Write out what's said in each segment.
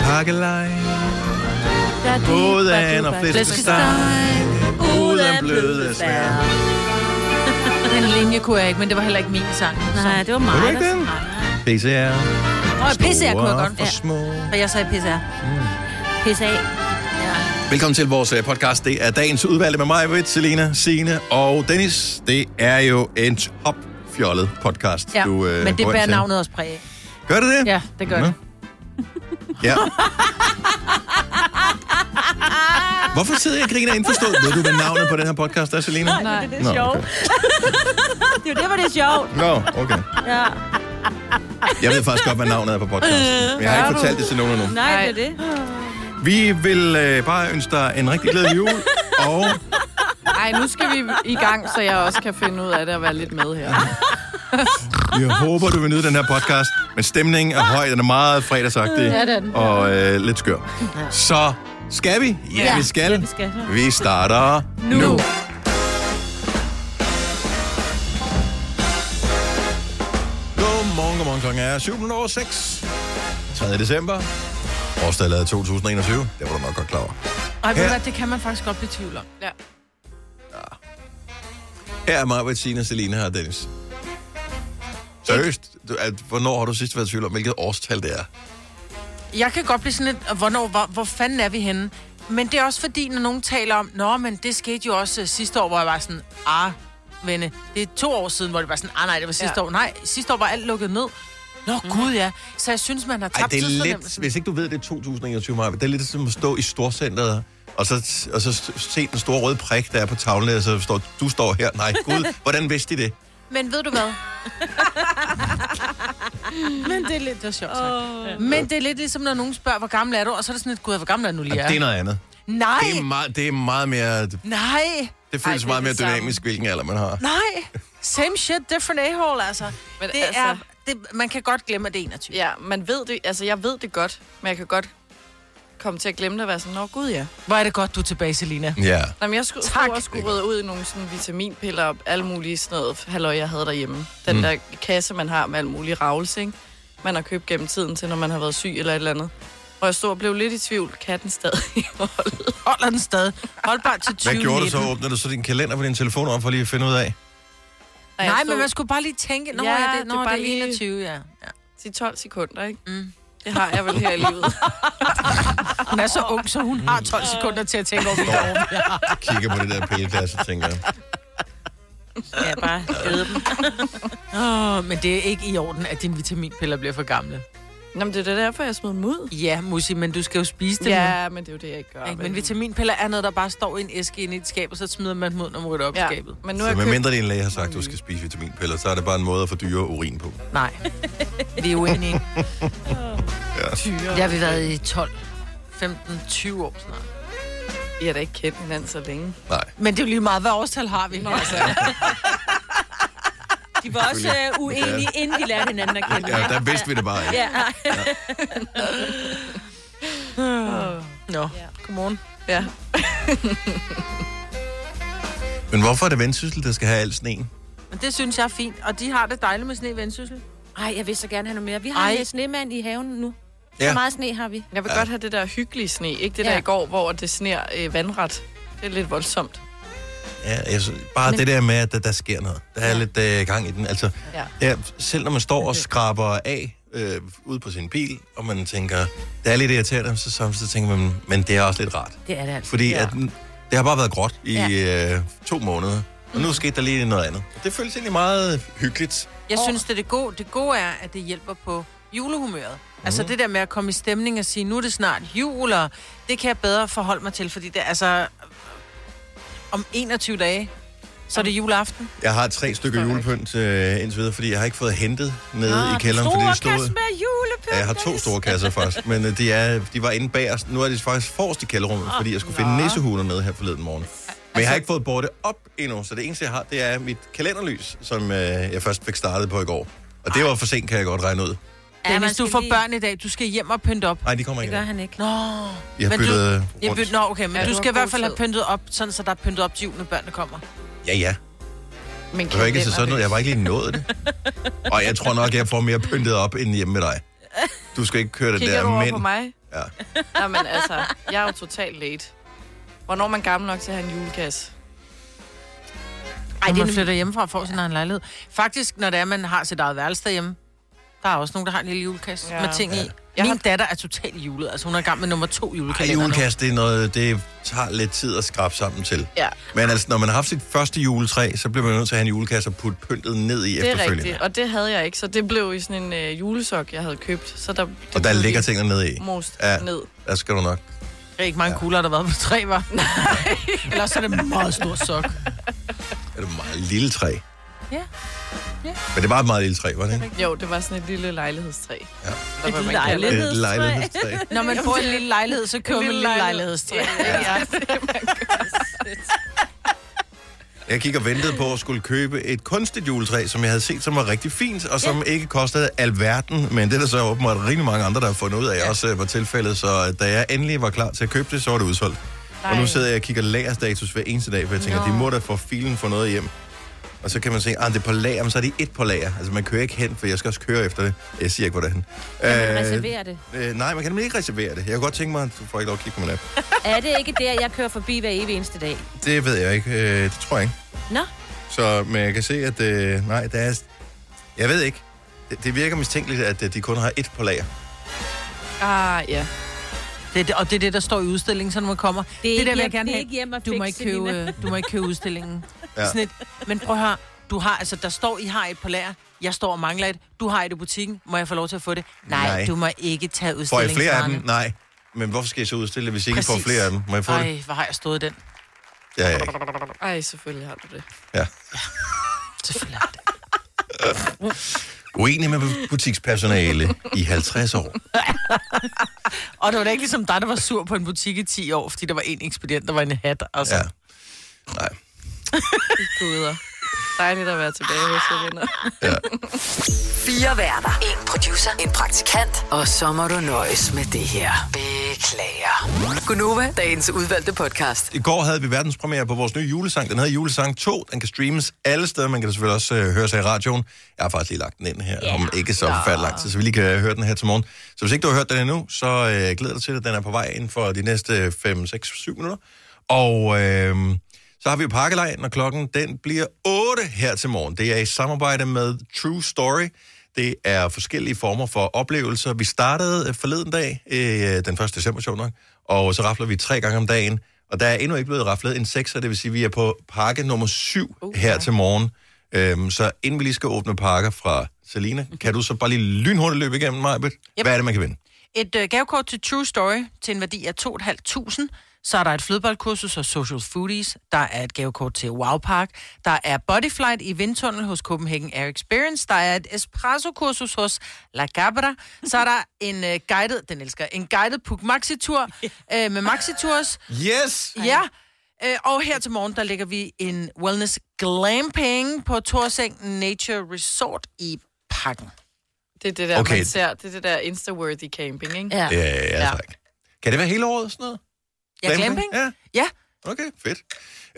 kakkelej. Både an og flæskesteg. Uden bløde svær. Den linje kunne jeg ikke, men det var heller ikke min sang. Nej, det var mig. Var du ikke den? Pisse er Og pisse jeg kunne jeg store godt. for små. Mm. For jeg sagde pisse her. Pisse af. Velkommen til vores øh, podcast. Det er dagens udvalgte med mig, Britt, Selina, Signe og Dennis. Det er jo en topfjollet podcast. Ja. du, men det går ind bærer til. navnet også præg af. Gør det det? Ja, det gør det. Ja. Hvorfor sidder jeg og griner indforstået? Ved du, hvad navnet på den her podcast er, Selina? Nej. Det er Nå, sjovt. okay. Det er jo det, hvor det er sjovt. Nå, okay. Ja. Jeg ved faktisk godt, hvad navnet er på podcasten. Men jeg har ikke fortalt det til nogen endnu. Nej, Nej. det er det. Vi vil øh, bare ønske dig en rigtig glædelig jul. Og Ej, nu skal vi i gang, så jeg også kan finde ud af det og være lidt med her. jeg håber, du vil nyde den her podcast. Men stemningen er høj. Den er meget fredagsagtig. Ja, det er den. Og øh, lidt skør. Så skal vi? Ja, vi skal. vi skal. Vi starter nu. nu. Godmorgen, godmorgen. Klokken er 7.06. 3. december. Årstallet er 2021. Det var du nok godt klar over. Ej, ved du Ja. hvad, det kan man faktisk godt blive i tvivl om. Ja. Her er Maja, Bettina, Selina og Dennis. Seriøst, du, at, hvornår har du sidst været i tvivl om, hvilket årstal det er? Jeg kan godt blive sådan lidt, hvornår, hvor, hvor fanden er vi henne? Men det er også fordi, når nogen taler om, nå, men det skete jo også øh, sidste år, hvor jeg var sådan, ah, venne, det er to år siden, hvor det var sådan, ah nej, det var sidste Ja. år. Nej, sidste år var alt lukket ned. Nå gud ja, så jeg synes, man har tabt Ej, det er lidt, tidsfornemmelsen. hvis ikke du ved, det er 2021, Maja, det er lidt som at stå i storcenteret, og så, og så se den store røde prik, der er på tavlen, og så står, du står her. Nej, gud, hvordan vidste de det? Men ved du hvad? men det er lidt, det var sjovt oh. Men det er lidt ligesom, når nogen spørger, hvor gammel er du? Og så er det sådan lidt, gud, hvor gammel er du nu lige? Ja. er?" Det er noget andet. Nej, Det er meget, det er meget mere, det nej, føles det er meget mere det samme. dynamisk, hvilken alder man har. nej. Same shit, different a-hole, altså. Men Det altså- er, det, man kan godt glemme, at det er 21. Ja, man ved det. Altså, jeg ved det godt, men jeg kan godt komme til at glemme det og være sådan, nå gud ja. Hvor er det godt, du er tilbage, Selina. Ja. Nå, men jeg skulle, Tak. stod også skulle rydde ud i nogle sådan vitaminpiller og alle mulige sådan noget halløj, jeg havde derhjemme. Den mm. der kasse, man har med alle mulige ravelse, ikke? man har købt gennem tiden til, når man har været syg eller et eller andet. Og jeg stod og blev lidt i tvivl. Katten stadig i holdet. Holder den stadig. Hold bare til 20 Hvad gjorde du så? Åbnede du så din kalender på din telefon om for lige at finde ud af? Og jeg Nej, stod men man skulle bare lige tænke, nå, Ja, ja, det, nå, det er det er bare bare lige- 21, ja. ja. til 12 sekunder, ikke? Mm. Det har jeg vel her i livet. Hun er så ung, så hun har 12 sekunder til at tænke over, hvilket år vi har. Kigger på det der pilleglas og tænker, Ja, bare æde dem. Åh, men det er ikke i orden, at dine vitaminpiller bliver for gamle. Nå, men det er da derfor, jeg smed dem ud. Ja, Musi, men du skal jo spise dem. nu, Ja, men det er jo det, jeg ikke gør. Ikke? Men vitaminpiller er noget, der bare står i en æske inde i et skab, og så smider man dem ud, når man rydder op i ja. skabet. Men nu har så jeg med købt... mindre din læge har sagt, at du skal spise vitaminpiller, så er det bare en måde at få dyre urin på. Nej, vi er uenige. Tyre. Det har vi været i 12, 15, 20 år snart. I har da ikke kendt hinanden så længe. Nej. Men det er jo lige meget, hvad årstal har vi? Nå, altså. De var også øh, uenige, inden de lærte hinanden at kende. Ja, der vidste vi det bare ikke. Ja, nej. Nå, godmorgen. Ja. Men hvorfor er det vendsyssel, der skal have al sneen? Men det synes jeg er fint, og de har det dejligt med sne i Vendsyssel. Ej, jeg vil så gerne have noget mere. Vi har Ej. en snemand i haven nu. Ja. Så meget sne har vi. Jeg vil ja. godt have det der hyggelige sne. Ikke det ja. der Ja. i går, hvor det sner øh, vandret. Det er lidt voldsomt. Ja, jeg synes, bare Men... det der med, at der, der sker noget. Der er lidt øh, gang i den. Altså, ja. Ja. Ja, selv når man står og skraber af øh, ude på sin bil, og man tænker, det er lidt irriterende, så samtidig tænker man, men det er også lidt rart. Det er det altså. Fordi ja. Ja. at, den- det har bare været gråt i ja. øh, to måneder, og nu skete der lige noget andet. Det føles egentlig meget hyggeligt. Jeg synes, det er det gode. Det gode er, at det hjælper på julehumøret. Altså Mhm. det der med at komme i stemning og sige, nu er det snart jul, og det kan jeg bedre forholde mig til, fordi det er altså... Om 21 dage, så er det juleaften. Jeg har tre stykker julepynt øh, indtil videre, fordi jeg har ikke fået hentet nede Ah, i kælderen, fordi det stod... med julepynt. Ja, jeg har to store kasser faktisk, men øh, de, er, de var inde bagerst. Nu er de faktisk forrest i Ah, kælderrummet, fordi jeg skulle finde nissehuler med her forleden morgen. Men Altså- jeg har ikke fået bordet op endnu, så det eneste, jeg har, det er mit kalenderlys, som øh, jeg først fik startet på i går. Og det var for sent, kan jeg godt regne ud. Ja, Dennis, du får lige... børn i dag. Du skal hjem og pynte op. Nej, de kommer Det ikke. gør endnu. han ikke. Nå, Jeg har men du- byttet jeg rundt. bytte, nå okay, men Ja, ja, du du har skal i god hvert fald have tid. pyntet op, sådan så der er pyntet op til jul, når børnene kommer. Ja, ja. Men Det var ikke så sådan noget. Jeg var ikke lige nået det. Og jeg tror nok, jeg får mere pyntet op end hjemme med dig. Du skal ikke køre det Kigger du der over på mænd. mig? Ja. Nej, men altså, jeg er jo totalt late. Hvornår er man gammel nok til at have en julekasse? Ej, det man flytter hjemmefra og får sin egen lejlighed. Faktisk, når det er, man har sit eget værelse derhjemme, der er også nogen, der har en lille julekasse ja. Ja. med ting i. Jeg Min har- datter er totalt julet. Altså, hun er i gang med nummer to Ej, julekalender nu. julekast, det er noget, det tager lidt tid at skrabe sammen til. Ja. Men altså, når man har haft sit første juletræ, så bliver man nødt til at have en julekasse og putte pyntet ned i Det er efterfølgende. rigtigt, og det havde jeg ikke, så det blev i sådan en øh, julesok, jeg havde købt. Så der, det Og der blev ligger lige tingene ned i. Most Ja. ja. ned. Der skal du nok. Det er ikke mange kugler, der har været på tre, var. Ellers er det en meget stor sok. Er det meget lille træ? Ja. Ja. Men det var et meget lille træ, var det ikke? Jo, det var sådan et lille lejlighedstræ. Ja. Et Et Det lejlighed- er et lejlighedstræ. Når man får en lille lejlighed, så køber man en lille lejlighedstræ. lejlighedstræ. Ja. Jeg gik og ventede på at skulle købe et kunstigt juletræ, som jeg havde set, som var rigtig fint, og som ikke kostede alverden, men det er der så åbenbart rigtig mange andre, der har fundet ud af, ja. også øh, var tilfældet, så da jeg endelig var klar til at købe det, så var det udsolgt. Og nu sidder jeg og kigger lagerstatus hver eneste dag, for jeg tænker, Nå. de må da få filen for noget hjem. Og så kan man se, at det er på lager, men så er det et på lager. Altså man kører ikke hen, for jeg skal også køre efter det. Jeg siger ikke, hvor det er Man hen. reserverer det. øh, nej, man kan nemlig ikke reservere det. Jeg kunne godt tænke mig, at du får ikke lov at kigge på min app. Er det ikke der, jeg kører forbi hver evig eneste dag? Det ved jeg ikke. Øh, det tror jeg ikke. Nå, Så, men jeg kan se, at... Øh, nej, der er... Jeg ved ikke. Det, det virker mistænkeligt, at øh, de kun har et på lager. Ah, ja. Det, er det- og det er det, der står i udstillingen, så når man kommer. Det, det er, det der vil hjem, jeg gerne det er have. ikke hjem at Du må, fikse, ikke købe, Nina. øh, du må ikke købe udstillingen. Ja. Ja. Sådan et, men prøv her, du har, altså der står, I har et på lager. Jeg står og mangler et. Du har et i butikken. Må jeg få lov til at få det? Nej, Nej. Nej. du må ikke tage Får jeg flere af udstillingsvarerne. dem? Nej. Men hvorfor skal jeg så udstille det, hvis jeg ikke får Præcis. flere af dem? Må jeg få det? Ej, hvor har jeg stået i den. Ja, ja, ikke. Ej, selvfølgelig har du det. ja. Selvfølgelig har jeg det. Uenig med butikspersonale i 50 år. Og det var da ikke ligesom dig, der var sur på en butik i 10 år, fordi der var en ekspedient, der var en hat. Altså. Ja. Ja. Nej. Guder. Dejligt at være tilbage hos jer venner. Fire værter. En producer. En praktikant. Og så må du nøjes med det her. Beklager. Gunova, dagens udvalgte podcast. I går havde vi verdenspremiere på vores nye julesang. Den hedder Julesang 2. Den kan streames alle steder. Man kan det selvfølgelig også øh, høre sig i radioen. Jeg har faktisk lige lagt den ind her, yeah. om ikke så forfærdelig lang tid, så vi lige kan øh, høre den her til morgen. Så hvis ikke du har hørt den endnu, så øh, glæder dig til det. Den er på vej inden for de næste 5, 6, 7 minutter. Og øh, så har vi jo pakkelej, når klokken den bliver 8 her til morgen. Det er i samarbejde med True Story. Det er forskellige former for oplevelser. Vi startede øh, forleden dag, øh, den 1. december, sjov nok, og så rafler vi tre gange om dagen. Og der er endnu ikke blevet raflet en sekser, det vil sige, at vi er på pakke nummer syv okay. her til morgen. Øhm, så inden vi lige skal åbne pakker fra Selina, kan du så bare lige lynhurtigt løbe igennem mig, yep. Hvad er det, man kan vinde? Et øh, gavekort til True Story til en værdi af 2.500. Så er der et flødeboldkursus hos Social Foodies. Der er et gavekort til Wow Park. Der er Bodyflight i vindtunnel hos Copenhagen Air Experience. Der er et espresso-kursus hos La Cabra. Så er der en øh, guided, den elsker, jeg, en guided Puk Maxi-tur øh, med Maxi-tours. Yes! Ja, øh, og her til morgen, der lægger vi en wellness glamping på Torseng Nature Resort i Pakken. Det er det der, Okay. okay. man ser. Det er det der Insta-worthy camping, ikke? ja. Ja, ja, ja, tak. Kan det være hele året, sådan noget? Ja, glamping? Ja. Ja, Okay, fedt.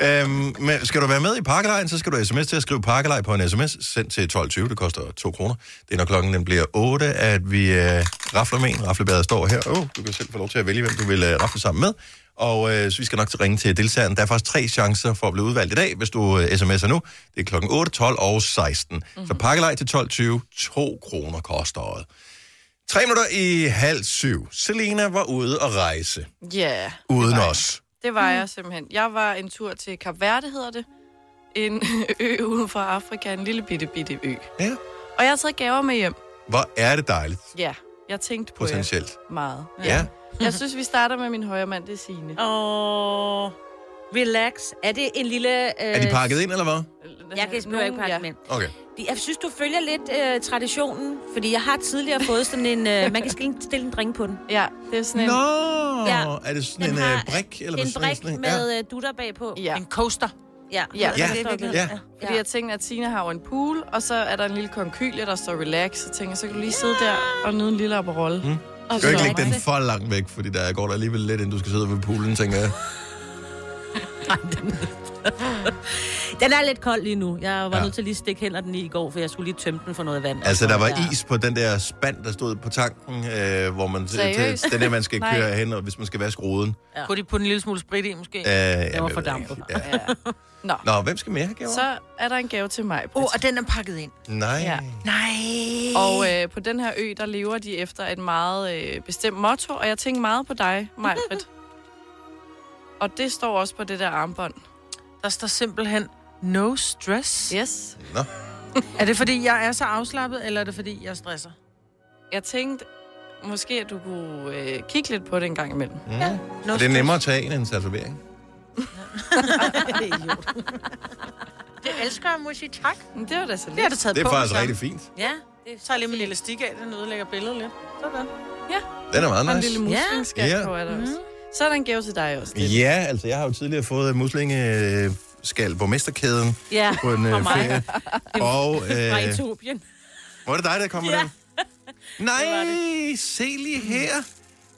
Øhm, men skal du være med i pakkelejen, så skal du sms til at skrive pakkelej på en sms, sendt til 12.20, det koster 2 kroner. Det er når klokken den bliver 8, at vi øh, rafler med en. Raflebæret står her. Åh, oh, du kan selv få lov til at vælge, hvem du vil øh, rafle sammen med. Og øh, så vi skal nok til ringe til deltageren. Der er faktisk tre chancer for at blive udvalgt i dag, hvis du øh, sms'er nu. Det er klokken 8, 12 og 16. Mm-hmm. Så pakkelej til 12.20, 2 kroner koster året. Tre minutter i halv syv. Selena var ude at rejse. Ja, Uden os. det var jeg simpelthen. Jeg var en tur til Kap Verde, hedder det. En ø ude fra Afrika, en lille bitte, bitte ø. Ja. Og jeg har taget gaver med hjem. Hvor er det dejligt, Ja, jeg tænkte på jer potentielt. meget. Ja. Jeg synes, vi starter med min højre mand, det er Signe. Åh, relax. Er det en lille... Øh, Er de pakket ind, eller hvad? Jeg kan Nogen- behøver ikke pakke ja. dem ind. Okay. De- Jeg synes, du følger lidt øh, traditionen, fordi jeg har tidligere fået sådan en... Øh, man kan stille, en- stille en drink på den. Ja, det er sådan en... Nå, Ja. er det sådan Den en har øh, brik? Det er Eller en hvad sådan brik sådan en- med øh, dutter bagpå. Ja, en coaster. Ja, Ja. Ja. det er virkelig- Ja. fordi jeg tænkte, at Tina har jo en pool, og så er der en lille konkylie, der står relax. Så tænker jeg, så kan du lige sidde der og nyde en lille aperol. Mm. Ja. Skal du ikke lægge den for langt væk, fordi der går der alligevel lidt, inden du skal sidde ved poolen, tænker jeg. Den er lidt kold lige nu. Jeg var Ja. ja. nødt til at lige stikke hænder den i i går, for jeg skulle lige tømme den for noget vand. Altså, Og der så var is på den der spand, der stod på tanken, øh, hvor man... Seriøst? Den der, man skal Nej. køre hen, og hvis man skal vaske roden. Ja. Kunne de putte en lille smule sprit i, måske? Øh, Åh, jamen, var jeg for ved dampet. ikke. Ja. Nå, Nå, hvem skal mere have gaver? så er der en gave til mig. oh, og den er pakket ind. Nej. Ja. Nej. Og øh, på den her ø, der lever de efter et meget øh, bestemt motto, og jeg tænker meget på dig, Majbrit. og det står også på det der armbånd. Der står simpelthen no stress. Yes. Nå. Mm. Er det, fordi jeg er så afslappet, eller er det, fordi jeg stresser? Jeg tænkte, måske at du kunne øh, kigge lidt på det en gang imellem. No Er det nemmere at tage en end en tatovering? Det elsker jeg, må jeg sige tak. Men det var da så lidt. Det har du taget Det på. er faktisk med rigtig sammen. fint. Ja, det tager lige min lille stik af, den ødelægger billedet lidt. Sådan. Den er meget Og en nice. lille Ja. muslingskab Ja. yeah. på er Mm. der også. Så er der en gave til dig også. Lidt. Ja, altså jeg har jo tidligere fået muslingeskal på mesterkæden Ja, på en øh, mig. ferie. Og Fra øh, Etiopien. var det dig, der kom med Ja. den? Nej, se lige her.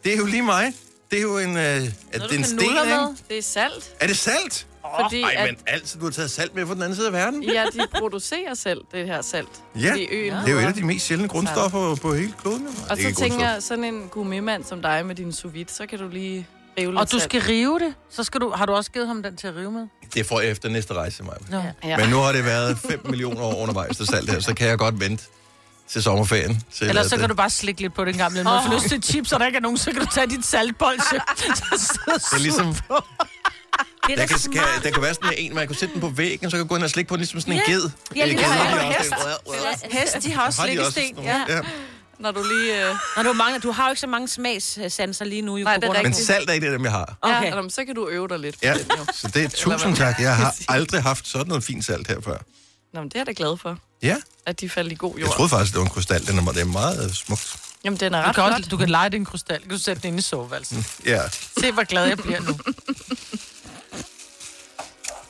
Det er jo lige mig. Det er jo en, øh, er det en kan sten, nuller ikke? med. Det er salt, Er det salt? fordi Ej, men at, altså, du har taget salt med fra den anden side af verden. ja, de producerer selv det her salt. Ja, i øen. det er jo et af de mest sjældne grundstoffer på hele kloden. jo. Og Ikke så tænker grundstof. jeg, sådan en gourmetmand som dig med din sous vide, så kan du lige rive lidt Og du salt. skal rive det. Så skal du, har du også givet ham den til at rive med? Det får jeg efter næste rejse, mig. Nå. Ja. Men nu har det været 5 millioner år undervejs til salt her, så kan jeg godt vente til sommerferien. Til Ellers at, så øh, kan du bare slikke lidt på den gamle. Når du får lyst til chips, og der ikke er nogen, så kan du tage dit saltbold. Så, så, Det er ligesom, Det der er da kan, kan, smart. der kan være sådan en, man kan sætte den på væggen, så kan du gå ind og slikke på den, ligesom sådan en ged. Ja, Eller lige ged, præcis. har de Eller også den. Hest, de har også Har de også slikkesten. sådan Ja. nogle? ja. Når du lige... Øh, Nå, du, mangler, du har jo ikke så mange smagssanser lige nu. Jo, Nej, på det er grund af- Men salt er ikke det, dem jeg har. okay. Okay. ja, eller, så kan du øve dig lidt. Ja, på den, jo. så det er tusind tak. Jeg har aldrig haft sådan noget fint salt her før. Nå, men det er jeg da glad for, Ja, at de faldt i god jeg jord. troede faktisk, det var en krystal. Den er, det er meget øh, smukt. Jamen, den er Du ret kan, flot. også, du kan lege din krystal. Kan du sætte den ind i soveværelsen? Ja, Se, hvor glad jeg bliver nu.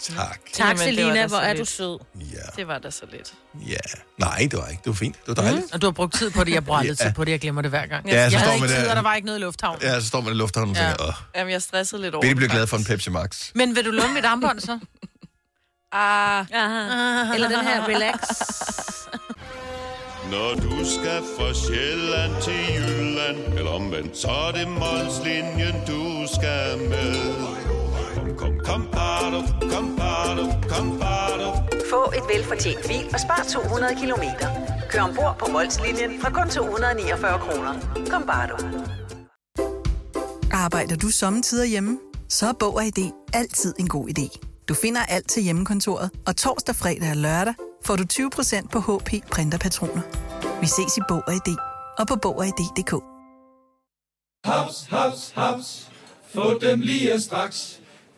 tak. Tak, Jamen, det var da Selina, så hvor er du lidt. sød. Ja, Det var da så lidt. ja. Nej, det var ikke. Det var fint. Det var dejligt. Og du har brugt tid på det. Jeg bruger aldrig Ja. tid på det. Jeg glemmer det hver gang. Ja, så jeg står havde ikke man tid, der- og der var ikke noget i Mm. lufthavnen. Ja, så står man i lufthavnen og Ja. tænker, åh, Jamen, jeg stressede lidt over. vil de blive det, glade for en faktisk. Pepsi Max? Men vil du låne mit armbånd så? Ah, Aha. Eller den her relax. Når du skal fra Sjælland til Jylland Eller omvendt, så er det Molslinjen, du skal med Kom, kom, kom, bado, kom, bado, kom, bado. Få et velfortjent bil og spar 200 kilometer. Kør ombord på Molslinjen fra kun 249 kroner. Kom bare du. Arbejder du sommetider hjemme? Så er Bog og ID altid en god idé. Du finder alt til hjemmekontoret, og torsdag, fredag og lørdag får du 20% på HP Printerpatroner. Vi ses i Bog og ID og på Bog og ID.dk. Haps, haps, haps. Få dem lige straks.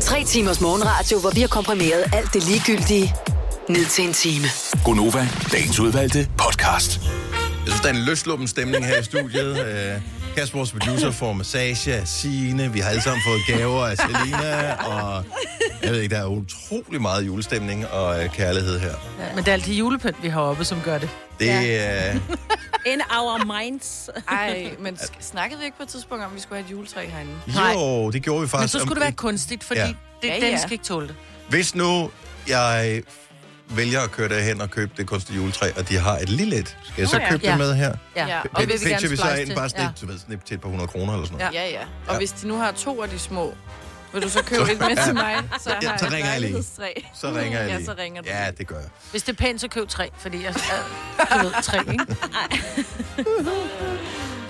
Tre timers morgenradio, hvor vi har komprimeret alt det ligegyldige ned til en time. Gonova, dagens udvalgte podcast. Jeg synes, der er en løsluppen stemning her i studiet. Øh, Kasper, vores producer, får massage af Signe. Vi har alle sammen fået gaver af Selina. Og jeg ved ikke, der er utrolig meget julestemning og øh, kærlighed her. Men det er altid julepynt, vi har oppe, som gør det. Det er... Øh, In our minds. ej, men sk- snakkede vi ikke på et tidspunkt om, at vi skulle have et juletræ herinde? jo, det gjorde vi Men faktisk. så skulle det Om- være kunstigt, fordi Ja. det, Ja, den ja. skal ikke tåle det. Hvis nu jeg vælger at køre derhen og købe det kunstige juletræ, og de har et lille et, skal jeg så Nå ja. købe Ja. det med her? Ja. og Det vil vi pitcher gerne vi så splice ind til. bare sådan Ja. lidt, du ved, sådan lidt til et par hundrede kroner eller sådan noget. Ja, ja. Og Ja. hvis de nu har to af de små, vil du så Så- købe et med til mig? Så, Ja, har så ringer jeg lige. lejlighedstræ. Så ringer jeg lige. Ja, så ringer du. Ja, det gør jeg. Hvis det er pænt, så køb tre, fordi jeg du ved, tre, ikke?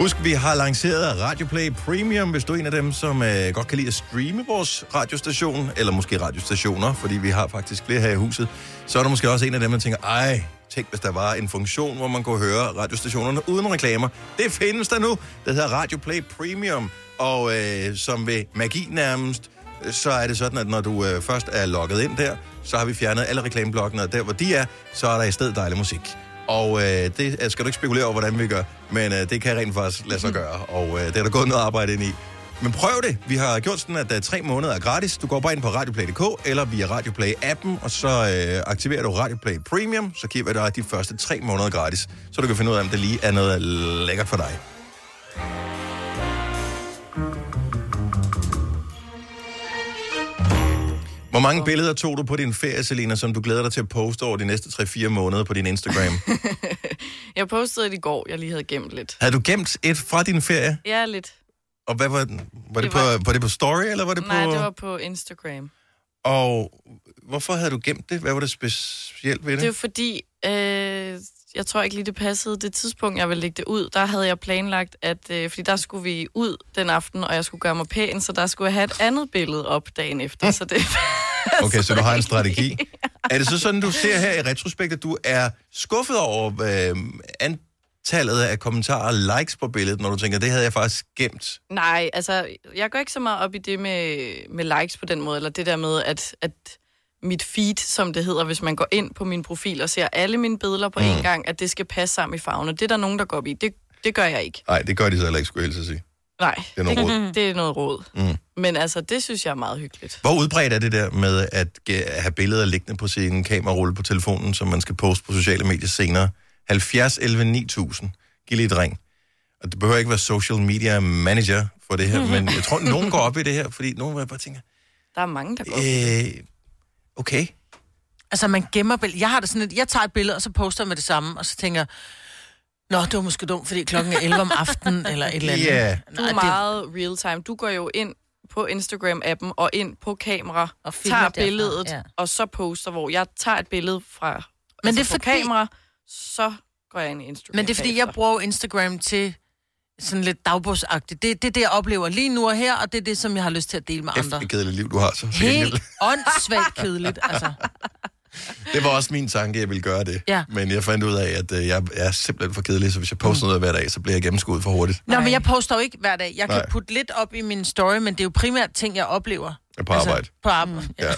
Husk, vi har lanceret Radioplay Premium, hvis du er en af dem, som øh, godt kan lide at streame vores radiostation, eller måske radiostationer, fordi vi har faktisk flere her i huset. Så er der måske også en af dem, der tænker, ej, tænk hvis der var en funktion, hvor man kunne høre radiostationerne uden reklamer. Det findes der nu. Det hedder Radioplay Premium, og øh, som ved magi nærmest så er det sådan, at når du øh, først er logget ind der, så har vi fjernet alle reklameblokkene, og der hvor de er, så er der i stedet dejlig musik. Og øh, det øh, skal du ikke spekulere over, hvordan vi gør, men øh, det kan rent faktisk lade sig gøre, og øh, det er der gået noget arbejde ind i. Men prøv det. Vi har gjort sådan, at øh, tre måneder er gratis. Du går bare ind på radioplay.dk eller via Radioplay-appen, og så øh, aktiverer du Radioplay Premium, så giver vi dig de første tre måneder gratis, så du kan finde ud af, om det lige er noget lækkert for dig. Hvor mange billeder tog du på din ferie, Selina, som du glæder dig til at poste over de næste 3-4 måneder på din Instagram? Jeg postede det i går, jeg lige havde gemt lidt. Havde du gemt et fra din ferie? Ja, lidt. Og hvad var den? Var Det det, det var... På, var det på story, eller var det Nej, på... det var på Instagram. Og hvorfor havde du gemt det? Hvad var det specielt ved det? Det var fordi, øh, jeg tror ikke lige, det passede det tidspunkt, jeg ville lægge det ud. Der havde jeg planlagt, at øh, fordi der skulle vi ud den aften, og jeg skulle gøre mig pæn, så der skulle jeg have et andet billede op dagen efter. Så det Okay, så du har en strategi. Er det så sådan, du ser her i retrospekt, at du er skuffet over øh, antallet af kommentarer og likes på billedet, når du tænker, det havde jeg faktisk gemt? Nej, altså, jeg går ikke så meget op i det med, med likes på den måde, eller det der med, at, at mit feed, som det hedder, hvis man går ind på min profil og ser alle mine billeder på Mm. én gang, at det skal passe sammen i farverne. Det er der nogen, der går op i. Det, det gør jeg ikke. Nej, det gør de så heller ikke, skulle jeg helst sige. Nej, Det er noget rod. det, det er noget råd. Mm. Men altså, det synes jeg er meget hyggeligt. Hvor udbredt er det der med at ge- have billeder liggende på sin kamerarulle på telefonen, som man skal poste på sociale medier senere? 70 11 9000. Giv lige et ring. Og det behøver ikke være social media manager for det her, men jeg tror, nogen går op i det her, fordi nogen bare tænker, Der er mange, der går op i det. øh, okay, Altså, man gemmer billeder. Jeg har det sådan, at jeg tager et billede, og så poster jeg med det samme, og så tænker jeg, Nå, det var måske dumt, fordi klokken er 11 om aftenen, eller et eller andet. Ja. Du er meget real time. Du går jo ind på Instagram-appen og ind på kamera, og filmer tager derfra, billedet, ja. og så poster, hvor jeg tager et billede fra Men altså det er fra fordi- kamera, så går jeg ind i Instagram. Men det er, fordi jeg bruger Instagram til sådan lidt dagbogsagtigt. Det, det er det, jeg oplever lige nu og her, og det er det, som jeg har lyst til at dele med efter andre. det kedelige liv, du har så. Helt åndssvagt kedeligt, altså. Det var også min tanke, jeg ville gøre det. Ja. Men jeg fandt ud af, at øh, jeg er simpelthen for kedelig, så hvis jeg poster noget hver dag, så bliver jeg gennemskuet for hurtigt. Mm. Nå, men jeg poster jo ikke hver dag. Jeg kan Nej. putte lidt op i min story, men det er jo primært ting, jeg oplever. På arbejde. På arbejde. Mm. Ja.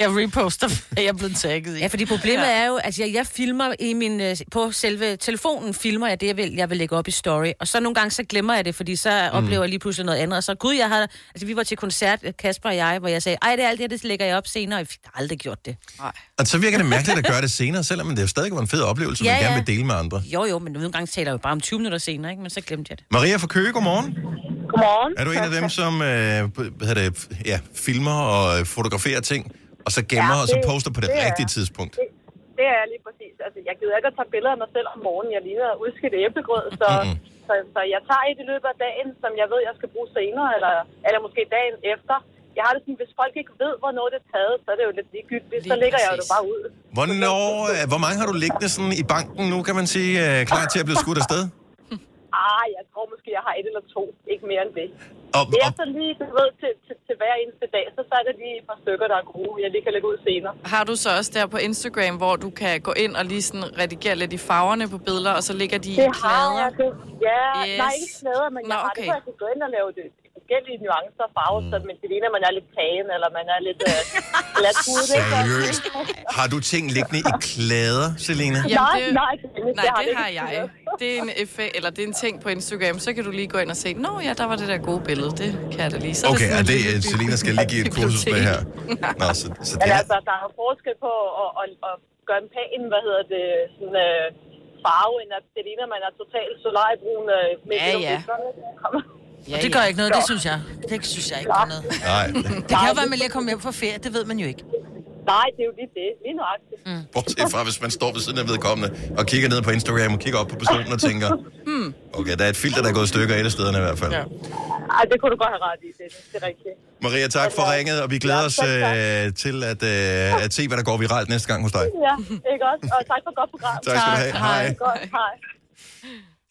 Jeg reposter, hvad jeg er blevet tagget i. Ja, fordi problemet ja. er jo, at altså, jeg, jeg filmer i min, øh, på selve telefonen, filmer jeg det, jeg vil, jeg vil lægge op i story. Og så nogle gange, så glemmer jeg det, fordi så Mm. mm. oplever jeg lige pludselig noget andet. Og så, gud, jeg har, altså, vi var til koncert, Kasper og jeg, hvor jeg sagde, ej, det er alt det her, det lægger jeg op senere. Jeg fik aldrig gjort det. Nej. Og så virker det mærkeligt at gøre det senere, selvom det jo stadig var en fed oplevelse, ja, man Ja, gerne ja. vil dele med andre. Jo, jo, men nogle gange taler jeg jo bare om 20 minutter senere, ikke? men så glemte jeg det. Maria fra Køge, godmorgen. Godmorgen. Er du en af dem, som øh, hvad hedder det, ja, filmer og øh, fotograferer ting, og så gemmer, ja, Ja, det, og så det- poster på det, det er- rigtige tidspunkt? Det, det er jeg lige præcis. Altså, jeg gider ikke at tage billeder af mig selv om morgenen. Jeg ligner udskidt æblegrød, så, mm-hmm. så, så jeg tager et i løbet af dagen, som jeg ved, jeg skal bruge senere, eller, eller måske dagen efter. Jeg har det sådan, hvis folk ikke ved, hvornår det er taget, så er det jo lidt ligegyldigt. så lægger jeg jo det bare ud. Hvornår, øh, hvor mange har du liggende sådan i banken nu, kan man sige, øh, klar til at blive skudt afsted? Ah, jeg tror måske, jeg har et eller to. Ikke mere end det. Og, det er så lige, du ved, til, til, til hver eneste dag, så, så er der lige et par stykker, der er gode, jeg lige kan lægge ud senere. Har du så også der på Instagram, hvor du kan gå ind og lige sådan redigere lidt i farverne på billeder, og så ligger de i Det har klæder? jeg. Det, ja, yes. Yes. nej, ikke klæder, men Nå, jeg har okay. det, hvor jeg kan gå ind og lave det i forskellige nuancer og farver, mm. så man det ligner, at man er lidt tagen, eller man er lidt øh, glat hudet, ikke? Seriøst? Har du ting liggende i klæder, Selina? Nej, nej, Dennis, nej, jeg har det det har ikke. jeg. Det er, en effekt, eller det er en ting på Instagram, så kan du lige gå ind og se, nå ja, der var det der gode billede, det kan jeg da lige. Så er Okay, sådan er en det, lille øh, by- Selina skal lige give et kursus med her. bibliotek. Nå, så, så Men det er, altså, der er jo forskel på at, at, at gøre en pæn, hvad hedder det, sådan øh, farve, end at det ligner, man er totalt solarbrun øh, med Ja, ja. Og det gør ikke noget, det synes jeg. Det synes jeg ikke gør noget. nej. Det kan jo være, at man lige kommer hjem fra ferie, det ved man jo ikke. Nej, det er jo lige det. Lige nøjagtigt. Mm. Bortset fra, hvis man står ved siden af vedkommende og kigger ned på Instagram og kigger op på personen og tænker, Hmm. okay, der er et filter, der er gået i stykker et af stederne i hvert fald. Ja. Ej, det kunne du godt have ret i, Dennis. Det er rigtigt. Maria, tak for ringet, og vi glæder os øh, til at, øh, at se, hvad der går viralt næste gang hos dig. Ja, ikke også? Og tak for et godt program. Tak skal du have. Hej. Det er Godt, hej.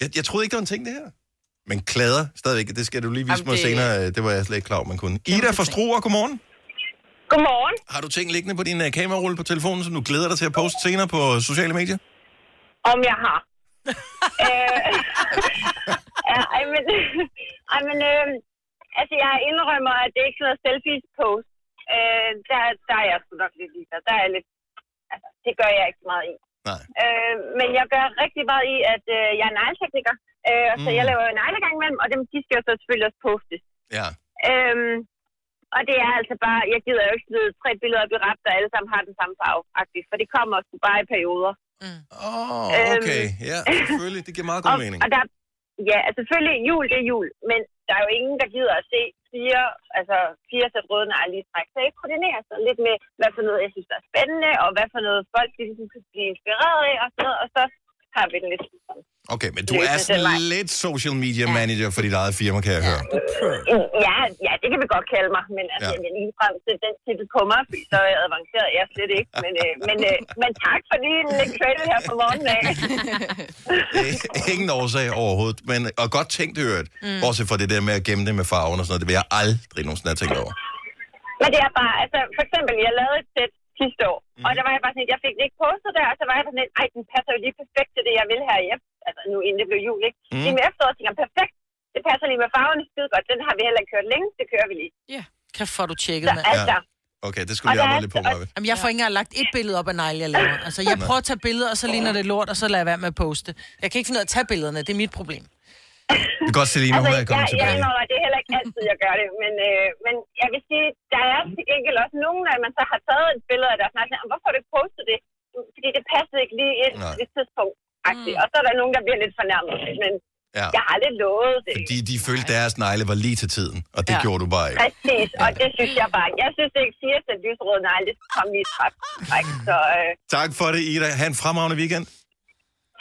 Jeg, jeg troede ikke, der var en ting, det her. Men klæder stadigvæk, det skal du lige vise Jamen, mig det- senere. øh, Det var jeg slet ikke klar over, man kunne. Ida fra Struer, godmorgen. Godmorgen. Har du ting liggende på din uh, kamerarulle på telefonen, som du glæder dig til at poste senere på sociale medier? Om jeg har. øh, ja, ej, men, ej, men øh, Altså, jeg indrømmer, at det er ikke sådan noget selfies post. Øh, der, der er jeg sgu nok lidt ligeglad. Der er jeg lidt... Altså, det gør jeg ikke så meget i. Nej. Øh, men jeg gør rigtig meget i, at øh, jeg er negletekniker. Øh, mm. Så jeg laver jo negle gang imellem, og dem, de skal jo så selvfølgelig også postes. Ja. Øhm, og det er altså bare, jeg gider jo ikke smide tre billeder op i rap, der alle sammen har den samme farve, faktisk, for det kommer sgu bare i perioder. Øhm, Åh, oh, okay. Ja, selvfølgelig. Det giver meget god mening. Og der, ja, altså selvfølgelig, jul det er jul, men der er jo ingen, der gider at se fire, altså fire sæt røde negle i træk. Så jeg koordinerer sådan lidt med, hvad for noget, jeg synes, der er spændende, og hvad for noget folk, de ligesom kan blive inspireret af, og sådan noget, og så har vi den lidt sådan. Okay, men du Løbende er den sådan vej. lidt social media manager for dit eget firma, kan jeg høre. Øh, Ja, ja, det kan vi godt kalde mig, men altså, Ja. ja. jeg lige frem til den titel på mig, fordi så er avanceret jeg slet ikke. Men, øh, men, øh, men tak for lige en lidt credit her på morgenen af. Ingen årsag overhovedet, men, og godt tænkt i øvrigt, mm. bortset fra det der med at gemme det med farven og sådan noget, det vil jeg aldrig nogensinde have tænkt over. men det er bare, altså for eksempel, jeg lavede et sæt sidste år, mm. og der var jeg bare sådan, lidt, jeg fik det ikke postet der, og så var jeg bare sådan, lidt, ej, den passer jo lige perfekt til det, jeg vil her hjem. Altså nu inden det blev jul, ikke? Mm. Mm. Lige med efteråret tænker jeg, perfekt, det passer lige med farverne skide godt, den har vi heller ikke kørt længe, det kører vi lige. Ja, Kan få du tjekket, så mand. altså, Okay, det skulle jeg arbejde lidt på, Marvitt. Jamen, jeg får ikke engang lagt et billede op af negle, jeg laver. Altså, jeg Nej. prøver at tage billeder, og så ligner det lort, og så lader jeg være med at poste. Jeg kan ikke finde ud af at tage billederne, det er mit problem. Det er godt, Selina, hun er Altså, kommet jeg, jeg tilbage. indrømmer, det er heller ikke altid, jeg gør det, men, øh, men jeg vil sige, der er til gengæld også nogen, at man så har taget et billede af deres nakke, og hvorfor har du ikke postet det? Fordi det passede ikke lige ind Nej. til det tidspunkt. Mm. Og så er der nogen, der bliver lidt fornærmet, men Ja. ja. jeg har lidt lovet det. Fordi de følte, deres negle var lige til tiden, og det ja. gjorde du bare ikke. Præcis, og det synes jeg bare. Jeg synes ikke, siger til lysrød, nej, det kom lige træt. Så øh, Tak for det, Ida. Ha' en fremragende weekend.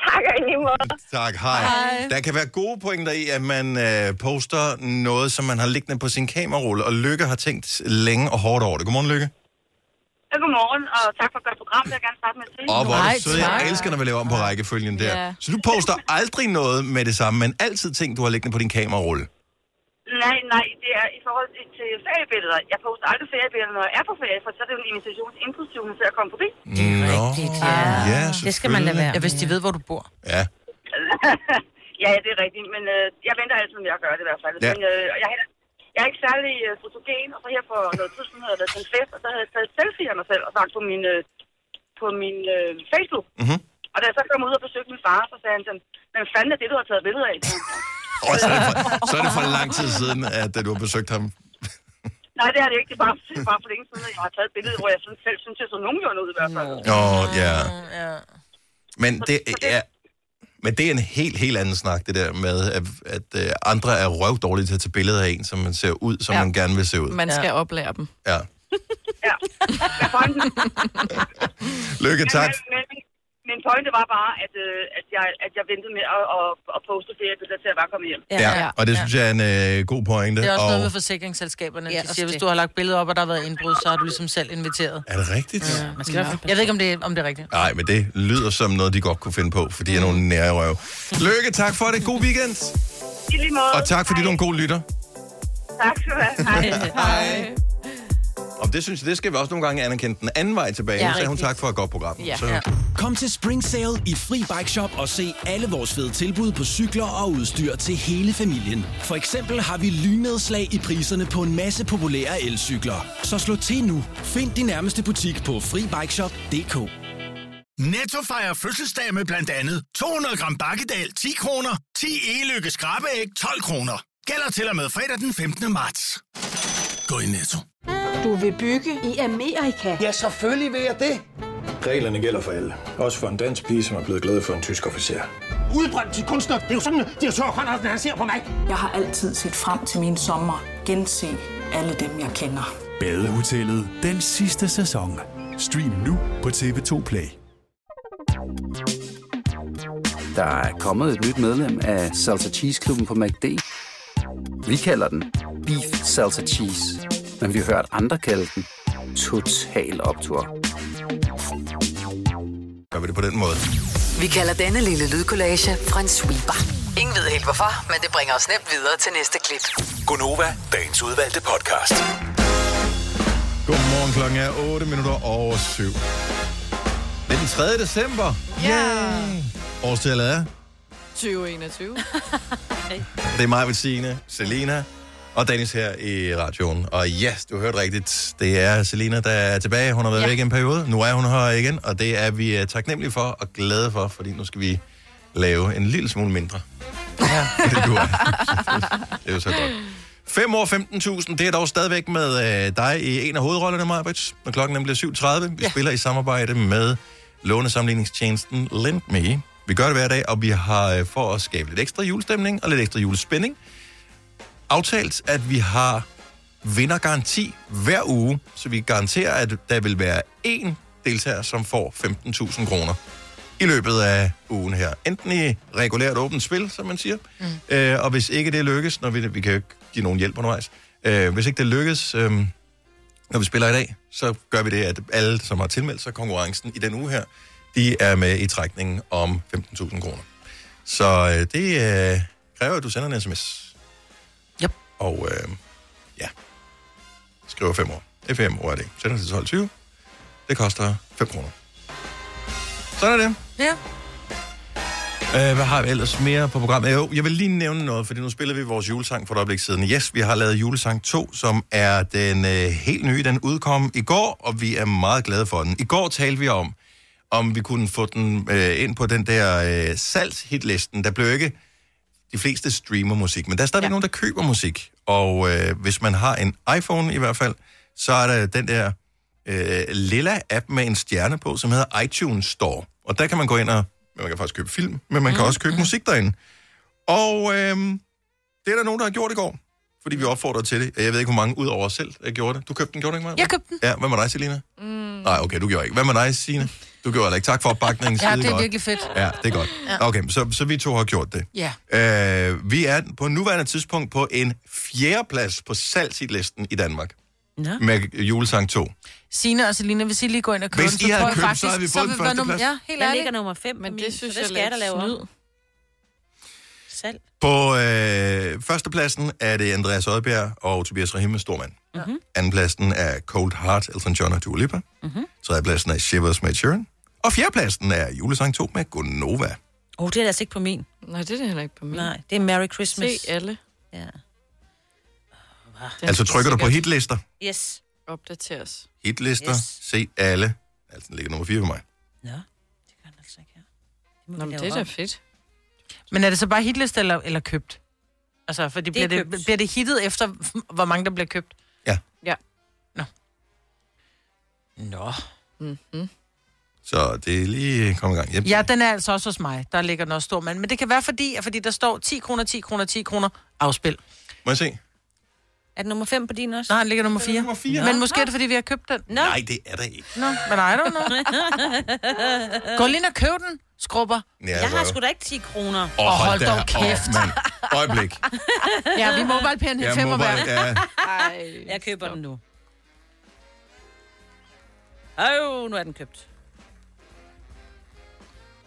tak og i lige måde. Tak, hej. Hej. Der kan være gode pointer i, at man øh, poster noget, som man har liggende på sin kamerarulle, og Lykke har tænkt længe og hårdt over det. Godmorgen, Lykke. Ja, Godmorgen, og tak for et godt program. Jeg vil gerne starte med at sige. Og hvor er du sød. Jeg elsker, når vi laver om på rækkefølgen der. Ja. Så du poster aldrig noget med det samme, men altid ting, du har liggende på din kamerarulle. Nej, nej, det er i forhold til, til feriebilleder. Jeg poster aldrig feriebilleder, når jeg er på ferie, for så er det jo en invitation til impulsiven til at komme forbi. Rigtigt, ja. ja Det skal man lade være. Ja, hvis de ved, hvor du bor. Ja. ja, det er rigtigt, men øh, jeg venter altid med at gøre det i hvert fald. Ja. Ja. Men, øh, og jeg, er heller- jeg er ikke særlig øh, fotogen, og så her for noget tid siden havde jeg været til en fest, og så havde jeg taget et selfie af mig selv og sagt på min, øh, på min øh, Facebook. Mhm. Og da jeg så kom ud og besøgte min far, så sagde han sådan, men fanden er det, du har taget billeder af? Og så er, det for, så er det for lang tid siden, at øh, du har besøgt ham. Nej, det er det ikke. Det er bare, det er bare for længe siden, at jeg har taget et billede, hvor jeg synes, selv synes, jeg så nogenlunde ud i hvert fald. Mm, Åh, oh, ja. Men det er... Men det er en helt, helt anden snak, det der med, at, at øh, andre er røvdårlige til at tage billeder af en, som man ser ud, som ja. Ja. man gerne vil se ud. Man skal ja. oplære dem. Ja. Lykke, tak. Men, men, men pointe var bare, at, øh, at, jeg, at jeg ventede med at, at, at poste feriebilleder til at bare komme hjem. Ja, og det synes jeg er en øh, god pointe. Det er også og... noget med forsikringsselskaberne. Ja, Ja, de også siger, hvis det. du har lagt billeder op, og der har været indbrud, så er du ligesom selv inviteret. Er det rigtigt? Ja, man skal ja. Jeg ved ikke, om det, er, om det er rigtigt. Nej, men det lyder som noget, de godt kunne finde på, fordi jeg er nogle nære røv. Lykke, tak for det. God weekend. I lige måde. Og tak, fordi du er en god lytter. Tak skal du have. Hej. Og det synes jeg, det skal vi også nogle gange anerkende den anden vej tilbage. Ja, Ja, så er hun rigtigt. tak for et godt program. Så, Kom til Spring Sale i Free Bike Shop og se alle vores fede tilbud på cykler og udstyr til hele familien. For eksempel har vi lynedslag i priserne på en masse populære elcykler. Så slå til nu. Find din nærmeste butik på FriBikeShop.dk Netto fejrer fødselsdag med blandt andet 200 gram bakkedal 10 kroner, 10 e-lykke skrabeæg 12 kroner. Gælder til og med fredag den 15. marts. Gå i Netto. Du vil bygge i Amerika? Ja, selvfølgelig vil jeg det. Reglerne gælder for alle. Også for en dansk pige, som er blevet glad for en tysk officer. Udbrøndt til kunstner. Det er jo sådan, at de har Conradsen, han ser på mig. Jeg har altid set frem til min sommer. Gense alle dem, jeg kender. Badehotellet den sidste sæson. Stream nu på TV2 Play. Der er kommet et nyt medlem af Salsa Cheese Klubben på MACD. Vi kalder den Beef Salsa Cheese, men vi har hørt andre kalde den Total Optor. gør vi det på den måde. Vi kalder denne lille lydkollage en sweeper. Ingen ved helt hvorfor, men det bringer os nemt videre til næste klip. Gonova, dagens udvalgte podcast. Godmorgen, klokken er 8 minutter over 7. Det er den 3. december. Ja. Årstallet er. 2021. Det er mig, Bettina, Selina, Og Dennis her i radioen. Og yes, du hørte rigtigt. Det er Selina, der er tilbage. Hun har været ja. væk i en periode. Nu er hun her igen, og det er vi øh, taknemmelige for og glade for, fordi nu skal vi lave en lille smule mindre. Ja. Det, du er. det er jo så godt. 5 år 15.000, det er dog stadigvæk med øh, dig i en af hovedrollerne, Majbrits. Når klokken nemlig er 7.30. Vi ja. spiller i samarbejde med lånesamligningstjenesten LendMe. Vi gør det hver dag, og vi har øh, for at skabe lidt ekstra julestemning og lidt ekstra julespænding, aftalt, at vi har vindergaranti hver uge, så vi garanterer, at der vil være én deltager, som får 15.000 kroner i løbet af ugen her. Enten i regulært åbent spil, som man siger, mm. øh, og hvis ikke det lykkes, når vi, vi kan jo ikke give nogen hjælp undervejs, øh, hvis ikke det lykkes, øh, når vi spiller i dag, så gør vi det, at alle, som har tilmeldt sig konkurrencen i den uge her, de er med i trækningen om 15.000 kroner. Så øh, det øh, kræver, at du sender en sms. Yep. Og øh, ja, skriver 5 år. Det er 5 år, er det. Sender til 12.20. Det koster 5 kroner. Sådan er det. Ja. Øh, hvad har vi ellers mere på programmet? Jo, jeg vil lige nævne noget, fordi nu spiller vi vores julesang for et øjeblik siden. Yes, vi har lavet julesang 2, som er den øh, helt nye. Den udkom i går, og vi er meget glade for den. I går talte vi om, om vi kunne få den øh, ind på den der øh, salgshitlisten. Der blev jo ikke de fleste streamer musik, men der er stadigvæk ja. nogen, der køber musik. Og øh, hvis man har en iPhone i hvert fald, så er der den der øh, lilla app med en stjerne på, som hedder iTunes Store. Og der kan man gå ind og... Man kan faktisk købe film, men Mm, man kan også købe musik derinde. Og øh, det er der nogen, der har gjort i går, fordi vi opfordrede til det. Jeg ved ikke, hvor mange ud over os selv, der gjorde det. Du købte den, gjorde du ikke, Maja? Jeg købte den. Ja, hvad med dig, Selina? Mm. Nej, okay, du gjorde ikke. Hvad med dig, Signe? Du gjorde heller ikke. Tak for opbakningen. Ja, skide det er godt. virkelig fedt. Ja, det er godt. Ja. Okay, så, så vi to har gjort det. Ja. Øh, vi er på nuværende tidspunkt på en fjerdeplads på salgsitlisten i Danmark Nå. med julesang 2. Signe og Selina, hvis I lige går ind og køber Hvis den, I så havde tror jeg købt, så faktisk, havde vi fået den vi være første nummer... plads. Ja, helt Jeg ærligt. ligger nummer 5 men det synes så det jeg skal er jeg da lidt lave om. snyd. Salg. På øh, førstepladsen er det Andreas Odbjerg og Tobias Rahim med Stormand. Mm-hmm. Andenpladsen er Cold Heart, Elton John og Dua Lipa. Mhm. Tredjepladsen er Shivers med Sharon. Og fjerdepladsen er julesang 2 med Gunova. Åh, oh, det er altså ikke på min. Nej, det er det heller ikke på min. Nej, det er Merry Christmas. Se alle. Ja. Den altså skal trykker du på sikkert hitlister. Yes. Opdateres. Hitlister, yes. se alle. Altså, den ligger nummer 4 for mig. Nå, men det er da fedt. Men er det så bare hitlist eller, eller købt? Altså, for det Det er bliver, det, købt. bliver det hittet efter, hvor mange der bliver købt? Ja. Ja. Nå. Nå. Mm-hmm. Så det er lige kommet i gang. Yep. Ja, den er altså også hos mig. Der ligger den også stor mand. Men det kan være fordi, at fordi der står 10 kroner, 10 kroner, 10 kroner. Afspil. Må jeg se? Er det nummer 5 på din også? Nej, han ligger nummer 4. Nummer 4. Men måske er det, fordi vi har købt den. Nå. Nej, det er der ikke. Nå, men I don't know. Gå lige ind og køb den, skrubber. Ja, Jeg har hvor- sgu da ikke 10 kroner. Åh, Og hold da dog op, kæft. mand. Øjeblik. Ja, vi mobile pæn Ja, ja, femmer mobile, hver. ja. Ej, jeg køber den nu. Øj, nu er den købt.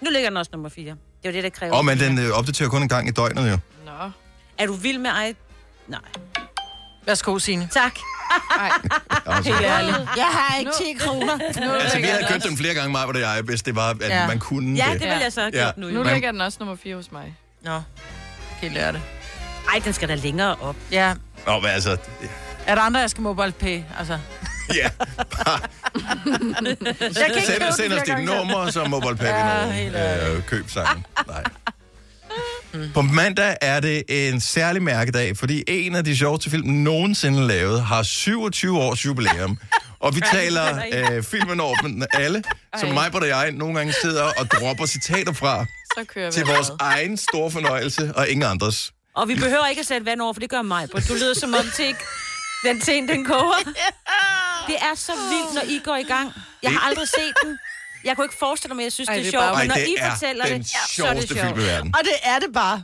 Nu ligger den også nummer 4. Det er jo det, der kræver. Åh, oh, men den øh, opdaterer kun en gang i døgnet, jo. Nå. Er du vild med ej? Nej. Værsgo, Signe. Tak. Helt ærligt. Jeg har ikke 10 kroner. Nu Altså, vi ligger havde den købt dem flere gange, mig, hvor det jeg, hvis det var, at ja. man kunne det. ja. Nu Man- ligger den også nummer 4 hos mig. Nå, helt lære det. Ej, den skal da længere op. Ja. Nå, men altså, Er der andre, jeg skal mobile pay? Altså. ja. Jeg kan ikke send, købe send den flere os dit gange. nummer, og så mobile pay Ja, vi helt nogen. Øh, køb sammen. Nej. På mandag er det en særlig mærkedag, fordi en af de sjoveste film nogensinde lavet har 27 års jubilæum. Og vi Ej, taler det er der øh, filmen over med den alle, som Ej. mig og jeg nogle gange sidder og dropper citater fra Så kører vi til vores allerede. egen store fornøjelse og ingen andres. Og vi behøver ikke at sætte vand over, for det gør mig. Britt. Du lyder som om til ikke- den ting, den koger. Det er så vildt, når I går i gang. Jeg har aldrig set den. Jeg kunne ikke forestille mig, at jeg synes, Ej, det er det er sjovt. bare- Men når Ej, I det er fortæller den det, så er det sjoveste sjovt. film i verden. Og det er det bare.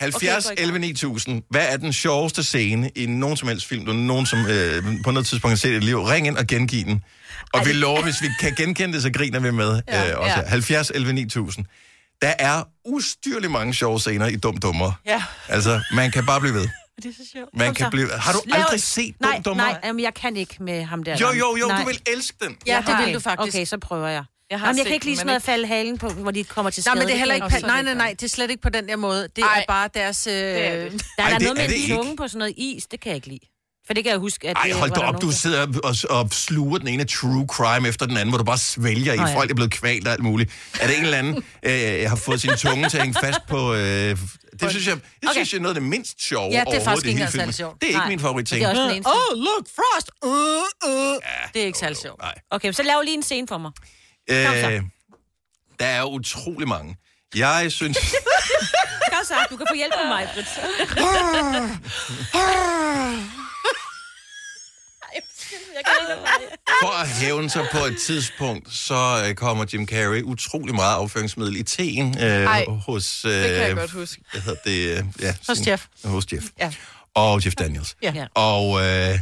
70, Okay, gå i 11, 9000. Hvad er den sjoveste scene i nogen som helst film, du nogen som øh, på noget tidspunkt har set i dit liv? Ring ind og gengiv den. Og vi lover, hvis vi kan genkende det, så griner vi med. Ja, øh, også. ja. Ja. 70, 11, 9000. Der er ustyrligt mange sjove scener i Dum Dummer. Ja. Altså, man kan bare blive ved. Det er så sjovt. Man kan blive- Har du aldrig set Dum nej, Dummer? Nej, jamen, jeg kan ikke med ham der. Jo, jo, jo, Nej. du vil elske den. Ja, Ja, det okay. vil du faktisk. Okay, så prøver jeg. Jeg, har Jamen, jeg set kan ikke den, lige men sådan noget ikke- falde halen på, hvor de kommer til Nej, skade. men det er heller kan ikke... jeg pa- Nej, nej, nej, det er slet ikke på den der måde. Det Ej. er bare deres... Øh... Det er det. Der er Ej, det Øh, da noget er med det en ikke. tunge på sådan noget is, det kan jeg ikke lide. For det kan jeg huske, at... Ej, øh, hold var da der op, nogen, du der- sidder og, og sluger den ene true crime efter den anden, hvor du bare svælger i, Nå ja. folk er blevet kvalt og alt muligt. Er det en eller anden, øh, har fået sin tunge til at hænge fast på... Øh, det synes jeg, det okay. synes jeg er noget af det mindst sjove Ja, det er overhovedet faktisk i ikke hele engang filmen. særlig sjovt. Det er ikke Nej. min favorit ting. Det er også den eneste. Oh, look, Frost! Uh, uh. det er ikke særlig sjovt. Okay, så lav lige en scene for mig. Kom så. Øh, der er utrolig mange. Jeg synes... Kom så, du kan få hjælp af mig, Britt. For at hævne sig på et tidspunkt, så øh, kommer Jim Carrey utrolig meget afføringsmiddel i teen øh, Ej, hos... Øh, det kan jeg godt huske. Hvad hedder det? Øh, ja, Hos sin- Jeff. Hos Jeff. Ja. Og Jeff Daniels. Ja. ja. Og øh, Han, Han-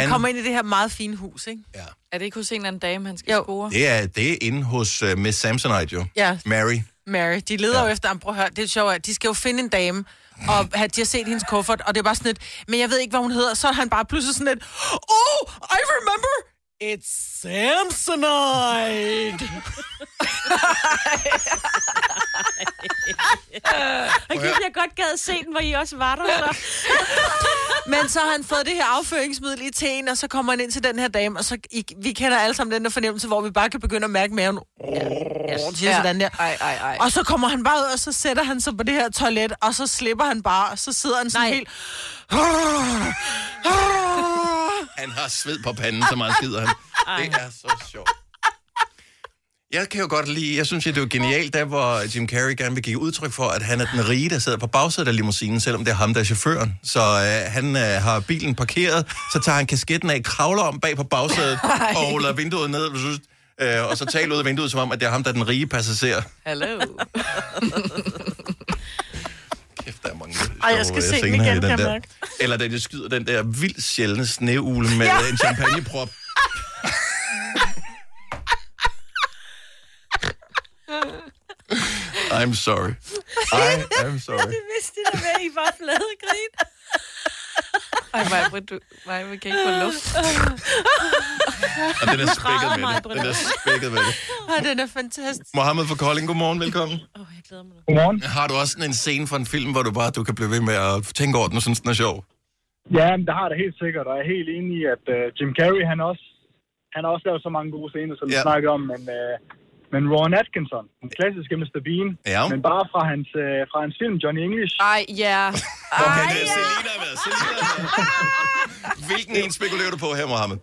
han kommer ind i det her meget fine hus, ikke? Ja. Er det ikke hos en eller anden dame, han skal jo. score? det er, det er inde hos øh, Miss Samsonite jo. Ja. Mary. Mary, de leder ja. jo efter ham. Prøv at høre, det er sjovt, at de skal jo finde en dame, og ha- de har set hendes kuffert, og det er bare sådan et, men jeg ved ikke, hvad hun hedder, så er han bare pludselig sådan et, oh, I remember, it's Samsonite. Og jeg jeg godt gad at se den, hvor I også var der. Så. men så har han fået det her afføringsmiddel i teen, og så kommer han ind til den her dame, og så I, vi kender alle sammen den der fornemmelse, hvor vi bare kan begynde at mærke maven. Yes. Siger Ja. sådan der. Ej, ej, ej. Og så kommer han bare ud, og så sætter han sig på det her toilet, og så slipper han bare, og så sidder han sådan Nej. helt... Han har sved på panden, så meget skider han. Det er så sjovt. Jeg kan jo godt lide, jeg synes, at det var genialt, der hvor Jim Carrey gerne vil give udtryk for, at han er den rige, der sidder på bagsædet af limousinen, selvom det er ham, der er chaufføren. Så øh, han øh, har bilen parkeret, så tager han kasketten af, kravler om bag på bagsædet Ej. og ruller vinduet ned, hvis du synes, øh, og så taler ud af vinduet, som om, at det er ham, der er den rige passager. Hallo. Kæft, der er mange Ej, jeg skal sjove, se den øh, scener i igen, kan jeg der. mærke. Eller da de skyder den der vildt sjældne sneugle med Ja. en champagneprop. I'm sorry. I am sorry. Det vidste jeg da med, at I var flade grin. Ej, mig, Britt, du... Mig, vi kan ikke få luft. Og den er spækket med Meget det. Den er spækket med det. Ej, den er fantastisk. Mohammed fra Kolding, godmorgen, velkommen. Godmorgen. Har du også sådan en scene fra en film, hvor du bare du kan blive ved med at tænke over den, og synes, den er sjov? Ja, men det har jeg da helt sikkert, og jeg er helt enig i, at uh, Jim Carrey, han også, han har også lavet så mange gode scener, som vi Ja. yeah. snakker om, men, uh, men Ron Atkinson, den klassiske Mr. Bean, Ja. men bare fra hans, uh, fra hans film Johnny English. Ej, ja. Okay, det er Selina med. Selina med. Hvilken en spekulerer du på her, Mohammed?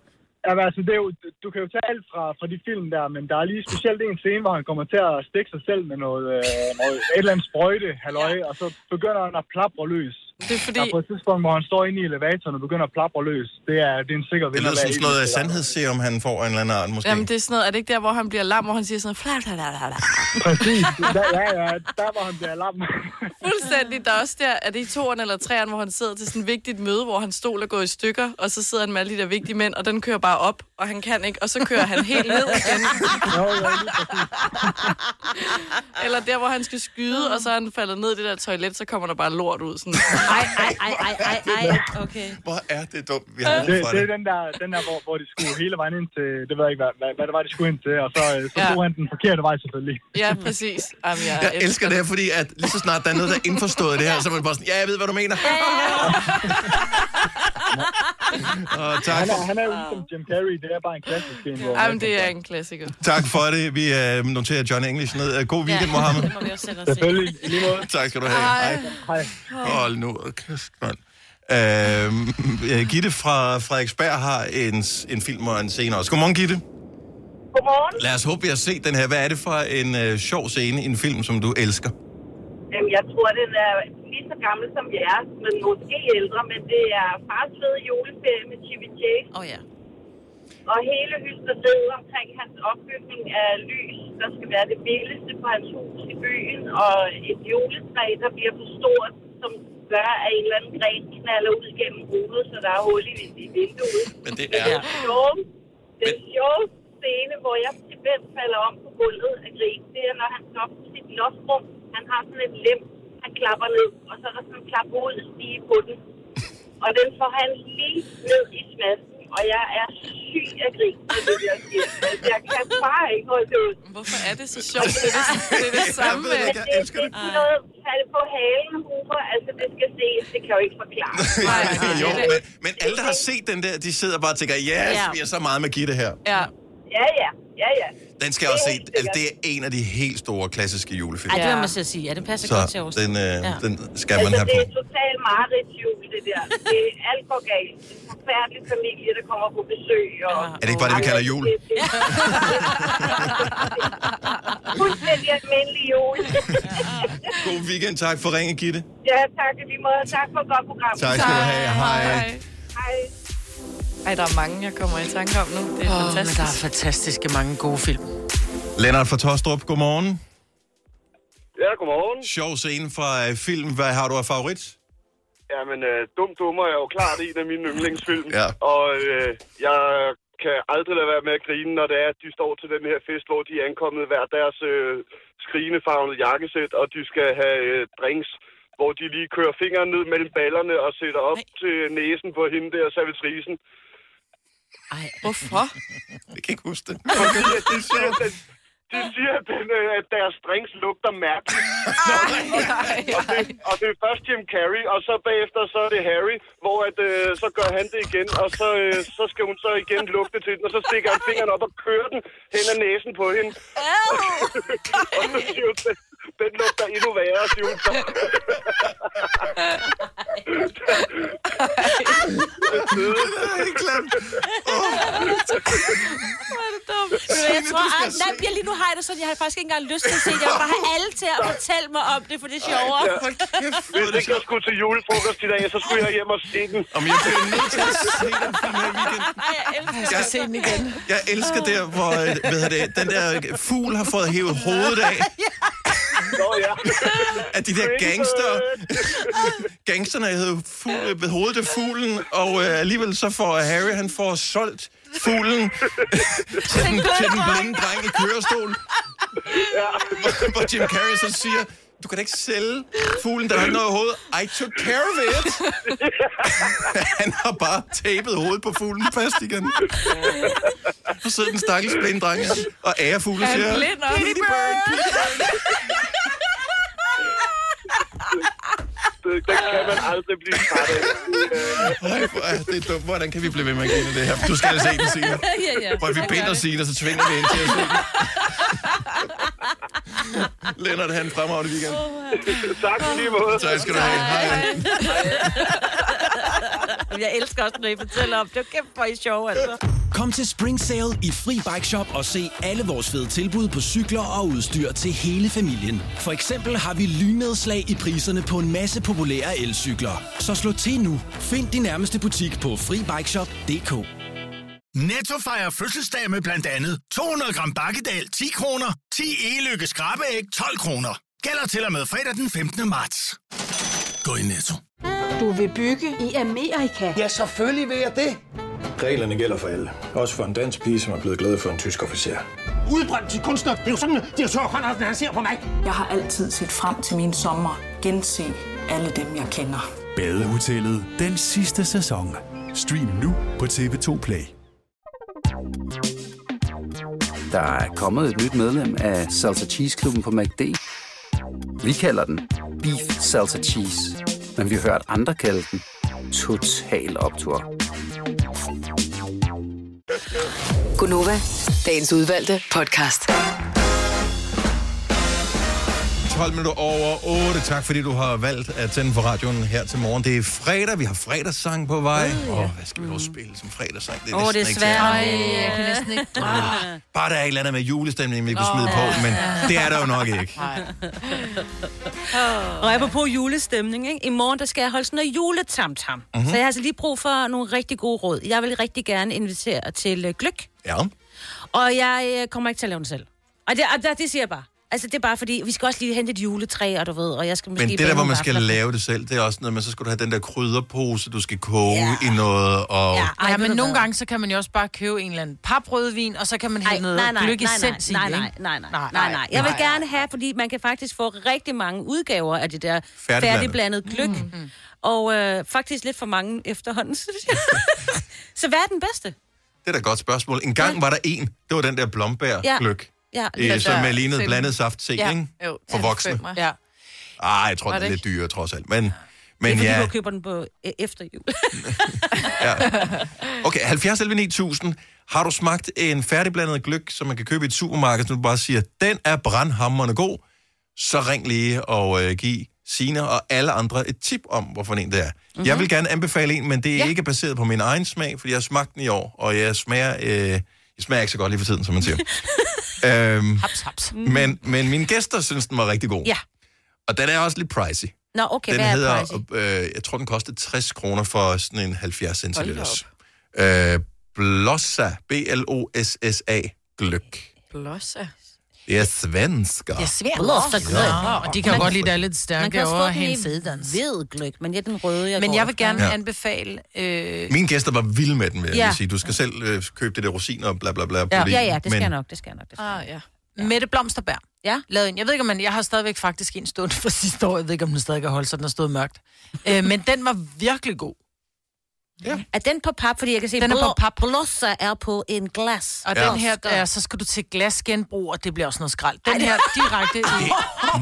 Jamen, altså, det er jo, du kan jo tage alt fra, fra de film der, men der er lige specielt en scene, hvor han kommer til at stikke sig selv med noget, øh, noget et eller andet sprøjte, halløj, ja. og så begynder han at plapre løs. Det er fordi... Der er på et tidspunkt, hvor han står inde i elevatoren og begynder at plapre løs. Det er, det er en sikker Det vinder. lyder som sådan noget af sandhedsserum, han får af en eller anden art, måske. Jamen, det er sådan noget, er det ikke der, hvor han bliver lam, hvor han siger sådan noget, fla, fla, fla, fla. Præcis. Der, ja, ja, der var han bliver lam. Fuldstændig. Der er også der, er det i toeren eller treeren, hvor han sidder til sådan et vigtigt møde, hvor han stol er gået i stykker, og så sidder han med alle de der vigtige mænd, og den kører bare op, og han kan ikke, og så kører han helt ned igen. eller der, hvor han skal skyde, og så er han faldet ned i det der toilet, så kommer der bare lort ud. Sådan. Ej, ej, ej, ej, ej, ej. Okay. Hvor er det dumt, vi Ja, har brug det, for det det. er den der, den der hvor, hvor de skulle hele vejen ind til, det ved jeg ikke, hvad, hvad, hvad det var, de skulle ind til, og så, øh, så Ja. tog han den forkerte vej selvfølgelig. Ja, præcis. Jamen, jeg, Jeg elsker det her, fordi at lige så snart der er noget, der er indforstået i det her, så er man bare sådan, ja, jeg ved, hvad du mener. Og tak, Ah, Han er, han er jo ligesom Jim Carrey, det er bare en klassisk film. hvor- Jamen, det er en klassiker. tak for det. Vi øh, noterer John English ned. Øh, God weekend, Mohammed. det må vi også selv os se. Selvfølgelig. I lige måde. Tak skal du have. Hej. Hej. Hold nu, kæft, mand. Øhm, øh, Gitte fra Frederiksberg har en, en film og en scene også. Godmorgen, Gitte. Godmorgen. Lad os håbe, vi har set den her. Hvad er det for en øh, sjov scene i en film, som du elsker? Jamen, jeg tror, den er lige så gammel som vi er, men måske ældre, men det er fars fede juleferie med Chevy Chase. Oh, ja. Og hele hysteriet omkring hans opbygning af lys, der skal være det billigste på hans hus i byen, og et juletræ, der bliver for stort, som gør, at en eller anden gren knaller ud gennem hovedet, så der er hul i, i vinduet. Men det er... Den sjove, den sjove scene, hvor jeg til hvem falder om på gulvet af grin, det er, når han står på sit lofrum. Han har sådan et lem, han klapper ned, og så er der sådan en klap ud stige på den. Og den får han lige ned i smasken, og jeg er syg af grin, når det bliver skidt. Altså, jeg kan bare ikke holde det ud. Hvorfor er det så sjovt? Det er det, det, er det samme. Men det, det, det er sådan noget, falde på halen, humor. Altså, det skal ses. Det kan jeg jo ikke forklare. jo, men, men alle, der har set den der, de sidder bare og tænker, yes, Ja. vi er så meget med Gitte her. Ja. Ja, ja. Ja, ja. Den skal jeg også se. helt Altså, det er sikkert. en af de helt store klassiske julefilm. Ej, det må man så sige. Ja, den passer godt til Så os. den, øh, Ja. den skal Altså, man have Altså, det på. er totalt mareridtsjul, det der. Det er alt går galt. En forfærdelig familie, der kommer på besøg. Og... Ah. Er det ikke bare det, vi kalder jul? Fuldstændig almindelig jul. God weekend. Tak for ringen, Gitte. ja, tak i lige måde. Tak for et godt program. Tak skal du have. Hej. Hej. Ej, der er mange, jeg kommer i tanke om nu. Det er Åh, oh, men fantastisk. der er fantastiske mange gode film. Lennart fra Tostrup, godmorgen. Ja, godmorgen. Sjov scene fra øh, film. Hvad har du af favorit? Jamen, øh, Dum Dummer er jo klart en af mine yndlingsfilm. Ja. Og øh, jeg kan aldrig lade være med at grine, når det er, at de står til den her fest, hvor de er ankommet hver deres øh, skrigenefarvede jakkesæt, og de skal have øh, drinks, hvor de lige kører fingeren ned mellem ballerne og sætter op Nej. til næsen på hende der, servitrisen. Ej, hvorfor? Jeg kan ikke huske det. Fordi at de siger, at den, de siger, at, den, øh, at deres drinks lugter mærkeligt. og, det, og det er først Jim Carrey, og så bagefter så er det Harry, hvor at, øh, så gør han det igen, og så, øh, så skal hun så igen lugte til den, og så stikker han fingeren op og kører den hen ad næsen på hende. og så siger hun, den, den lugter endnu værre, siger hun så. det er ikke glemt. Hvor er det dumt. Ved du hvad, Jeg Signe, tror, du skal at, nej, jeg lige nu har jeg det sådan, jeg har faktisk ikke engang lyst til at se det. Jeg vil bare have alle til at fortælle mig om det, for det er sjovere. Ej, ja. Hvis ikke jeg skulle til julefrokost i dag, så skulle jeg hjem og se den. Om jeg bliver nødt til at se den Ej, jeg elsker Jeg skal se den igen. Jeg elsker Ah. der, hvor øh, hvad hedder det, den der fugl har fået hævet hovedet af. Nå ja. At de der gangster, gangsterne havde fugl, ved hovedet af fuglen, og øh, alligevel så får Harry, han får solgt fuglen til den, til den blinde dreng i kørestol. Hvor- Hvor Jim Carrey så siger, du kan da ikke sælge fuglen, der har ikke noget hoved. I took care of it. han har bare tapet hovedet på fuglen fast igen. Og sidder den stakkels blinde dreng og ærer fuglen, Han siger, er blind også. Petey Bird. Det, det kan man aldrig blive træt af. Ej, hvor er det dumt. Hvordan kan vi blive ved med at grine af det her? Du skal se den, Signe. Ja, ja. Prøv, vi binder Signe, og så tvinger vi hende til at se den. Lennart, han fremragende weekend. tak i lige måde. Tak skal du have. Hej. Jamen, Jeg elsker også, når I fortæller om det. Det er kæmpe, hvor I er sjove, altså. Kom til Spring Sale i Fri Bike Shop og se alle vores fede tilbud på cykler og udstyr til hele familien. For eksempel har vi lynedslag i priserne på en masse populære elcykler. Så slå til nu. Find din nærmeste butik på FriBikeShop.dk Netto fejrer fødselsdag med blandt andet 200 gram bakkedal 10 kroner, 10 e-lykke skrabeæg 12 kroner. Gælder til og med fredag den 15. marts. Gå i Netto. Du vil bygge i Amerika? Ja, selvfølgelig vil jeg det. Reglerne gælder for alle. Også for en dansk pige, som er blevet glad for en tysk officer. Udbrændt til kunstner. Det er jo sådan, at de har tørt, Andersen, han ser på mig. Jeg har altid set frem til min sommer. Gense alle dem, jeg kender. Badehotellet den sidste sæson. Stream nu på TV2 Play. Der er kommet et nyt medlem af Salsa Cheese Klubben på MACD. Vi kalder den Beef Salsa Cheese, men vi har hørt andre kalde den Total Optor. Gunova, dagens udvalgte podcast. 12 minutter over 8. Tak fordi du har valgt at tænde for radioen her til morgen. Det er fredag, vi har fredagssang på vej. Åh, oh, hvad skal vi dog spille som fredagssang? Åh, det, oh, det er næsten ikke svært. til at- Ej, jeg kan næsten ikke drømme. Bare der er et eller andet med julestemning, vi kunne smide Nå, på, ja. men det er der jo nok ikke. Og apropos julestemning, ikke? i morgen der skal jeg holde sådan noget juletamtam. Mhm. Mm-hmm. Så jeg har altså lige brug for nogle rigtig gode råd. Jeg vil rigtig gerne invitere til øh, gløk. Ja. Og jeg øh, kommer ikke til at lave den selv. Og det, og det, det siger jeg bare. Altså, det er bare fordi, vi skal også lige hente et juletræ, og du ved, og jeg skal måske... Men det bage der, hvor nogle man skal vafler. lave det selv, det er også noget, men så skal du have den der krydderpose, du skal koge i noget, og... Ja. Ja, men nogle gange, så kan man jo også bare købe en eller anden paprødvin, og så kan man hælde noget nej, nej, nej, nej, gløggesens i, nej, nej, ikke? nej, nej, nej, nej. Jeg vil gerne have, fordi man kan faktisk få rigtig mange udgaver af det der Færdigblandet. færdigblandet gløk. Mm-hmm. Mm. Og øh, faktisk lidt for mange efterhånden, synes jeg. så hvad er den bedste? Det er da et godt spørgsmål. En gang var der en, det var den der blombærgløk, Ja. ja. øh, som er lignet blandet saft ja. ikke? Jo, For voksne. Ja. Ah, jeg tror, Var den er det lidt dyrere, trods alt. Men, Men det men er, fordi ja. ja, du køber den på øh, efter jul. okay, 70 11 9000. Har du smagt en færdigblandet gløk, som man kan købe i et supermarked, som du bare siger, den er brandhammerende god, så ring lige og øh, giv Sina og alle andre et tip om, hvorfor en det er. Mhm. Mm-hmm. Jeg vil gerne anbefale en, men det er ja. ikke baseret på min egen smag, fordi jeg har smagt den i år, og jeg smager, øh, jeg smager ikke så godt lige for tiden, som man siger. øhm, haps, haps. men, men mine gæster synes, den var rigtig god. Mm. Ja. Og den er også lidt pricey. Nå, okay, den hvad hedder, er pricey? Øh, jeg tror, den kostede 60 kroner for sådan en 70 Hold da centiliters. Øh, Blossa, B-L-O-S-S-A, gløk. Blossa. Det er svensker. Det er svært. Blossa. Ja, og de kan jo Man- godt lide, der er lidt Man kan stærkere også over få at have en den i fededans. hvid gløk, men jeg er den røde, jeg Men går jeg vil efter. gerne Ja. anbefale... Øh, Mine gæster var vilde med den, vil jeg Ja. ja. sige. Du skal selv øh, købe det der rosiner og bla bla bla. Ja. putte i. Ja, ja, det skal Men jeg nok, det skal jeg nok. Det skal ah, ja. Mette Blomsterberg. Ja. Lavede en. Jeg ved ikke, om man, jeg har stadigvæk faktisk en stående fra sidste år. Jeg ved ikke, om den stadig kan holde sig, den har stået mørkt. øh, men den var virkelig god. Ja. Er den på pap? Fordi jeg kan se, Den er på blå- Blosser er på en glas. Og Ja. ja. den her, ja, så skal du til glasgenbrug, og det bliver også noget skrald. Den Ej, det- her direkte i...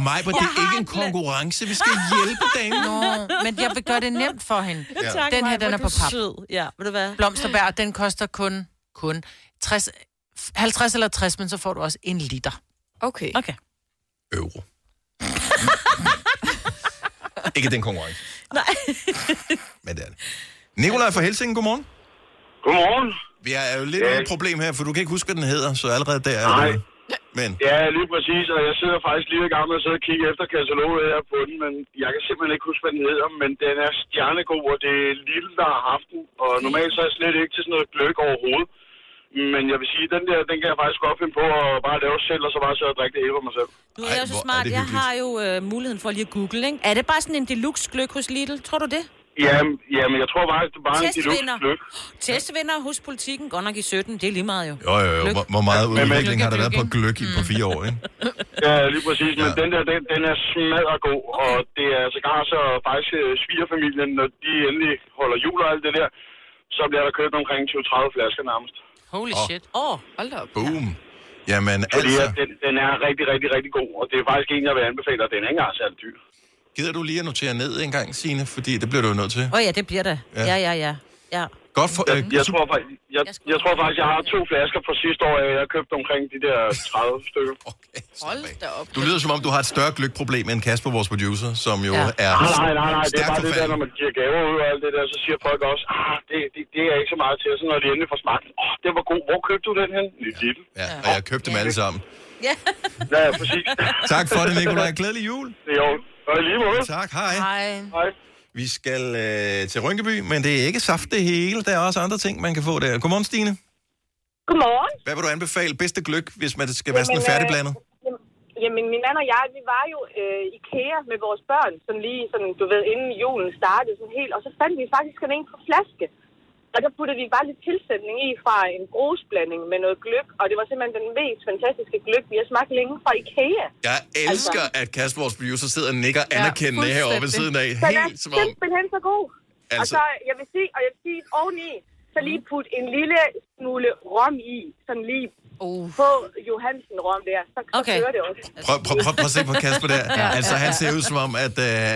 Maj, hvor det er ikke en konkurrence. Vi skal hjælpe damen. Nå, men jeg vil gøre det nemt for hende. Ja. Tak, den her, Maj, den hvor er du på er pap. Sød. Ja, ved du hvad? Blomsterbær, og den koster kun, kun 60, 50 eller 60, men så får du også en liter. Okay. Okay. Euro. ikke den konkurrence. Nej. Men det er det. Nikolaj fra Helsingen, godmorgen. Godmorgen. Vi er jo lidt ja. et problem her, for du kan ikke huske, hvad den hedder, så allerede der er Nej. det. Men Ja, lige præcis, og jeg sidder faktisk lige i gang med at sidde og kigge efter kataloget her på den, men jeg kan simpelthen ikke huske, hvad den hedder, men den er stjernegod, og det er Lille, der har haft den, og normalt så er jeg slet ikke til sådan noget gløk overhovedet. Men jeg vil sige, den der, den kan jeg faktisk godt finde på at bare lave selv, og så bare sidde og drikke det hele for mig selv. Nu er jeg hvor så er smart. det Jeg hyggeligt. har jo øh, muligheden for lige at google, ikke? Er det bare sådan en deluxe gløk hos Lidl? Tror du det? Jamen, jamen jeg tror faktisk, det er bare en deluxe Testvinder. gløk. Testvinder hos politikken. Godt nok i 17. Det er lige meget jo. jo, jo, jo. Hvor, hvor meget Men- men- udvikling har der været på gløk i på fire år, ikke? Ja, lige præcis. Men den der, den, den er smadret god. Og det er sågar så faktisk øh, svigerfamilien, når de endelig holder jul og alt det der, så bliver der købt omkring 20-30 flasker nærmest. Holy Åh. shit. Åh, oh, hold da op. Boom. Jamen Fordi altså, at den, den er rigtig, rigtig, rigtig god. Og det er faktisk en, jeg vil anbefale, og den er ikke engang særlig dyr. gider du lige at notere ned en gang, Signe? Fordi det bliver du jo nødt til. Åh oh, ja, det bliver det. Ja. Ja, ja, ja. ja. ja. Godt for... Altså, Jeg, jeg, tror, faktisk, jeg, jeg tror faktisk, jeg har to flasker fra sidste år, og jeg købte omkring de der 30 stykker. Hold da op. Du lyder som om, du har et større gløkproblem end Kasper, vores producer, som jo Ja. ja. Nej, nej, nej, nej. er Det er stærkt bare det der, forfaldende. når man giver gaver ud og alt det der, så siger folk også, ah, det, det, det er ikke så meget til. Og så når de endelig får smagt, åh, oh, den var god. Hvor købte du den hen? I Lidl. Ja, og jeg købte dem alle sammen. Ja. Ja, præcis. Tak for det, Nikolaj. Glædelig jul. Jo, og i lige måde. Tak, hej. Hej. Vi skal øh, til Rynkeby, men det er ikke saft det hele. Der er også andre ting, man kan få der. Godmorgen, Stine. Godmorgen. Hvad vil du anbefale? Bedste gløk, hvis man skal være sådan Jamen, øh, færdigblandet? jamen- Jamen, min mand og jeg, vi var jo øh, IKEA med vores børn, sådan lige, sådan, du ved, inden julen startede, sådan helt, og så fandt vi faktisk sådan en på flaske. Og der puttede vi bare lidt tilsætning i fra en grusblanding med noget gløb, og det var simpelthen den mest fantastiske gløb, vi har smagt længe fra IKEA. Jeg elsker, at Kasper, vores producer, sidder og nikker anerkendende ja, herovre ved siden af. Den er Helt som om... simpelthen så god. Altså... Og Altså- så, jeg vil sige, og jeg vil sige oveni, så lige put en lille smule rom i, sådan lige uh. på Johansen rom der, så, okay. så kører det også. Prøv, prøv, prøv, prøv at se på Kasper der. Ja, Altså, ja, ja. han ser ud som om, at... Øh,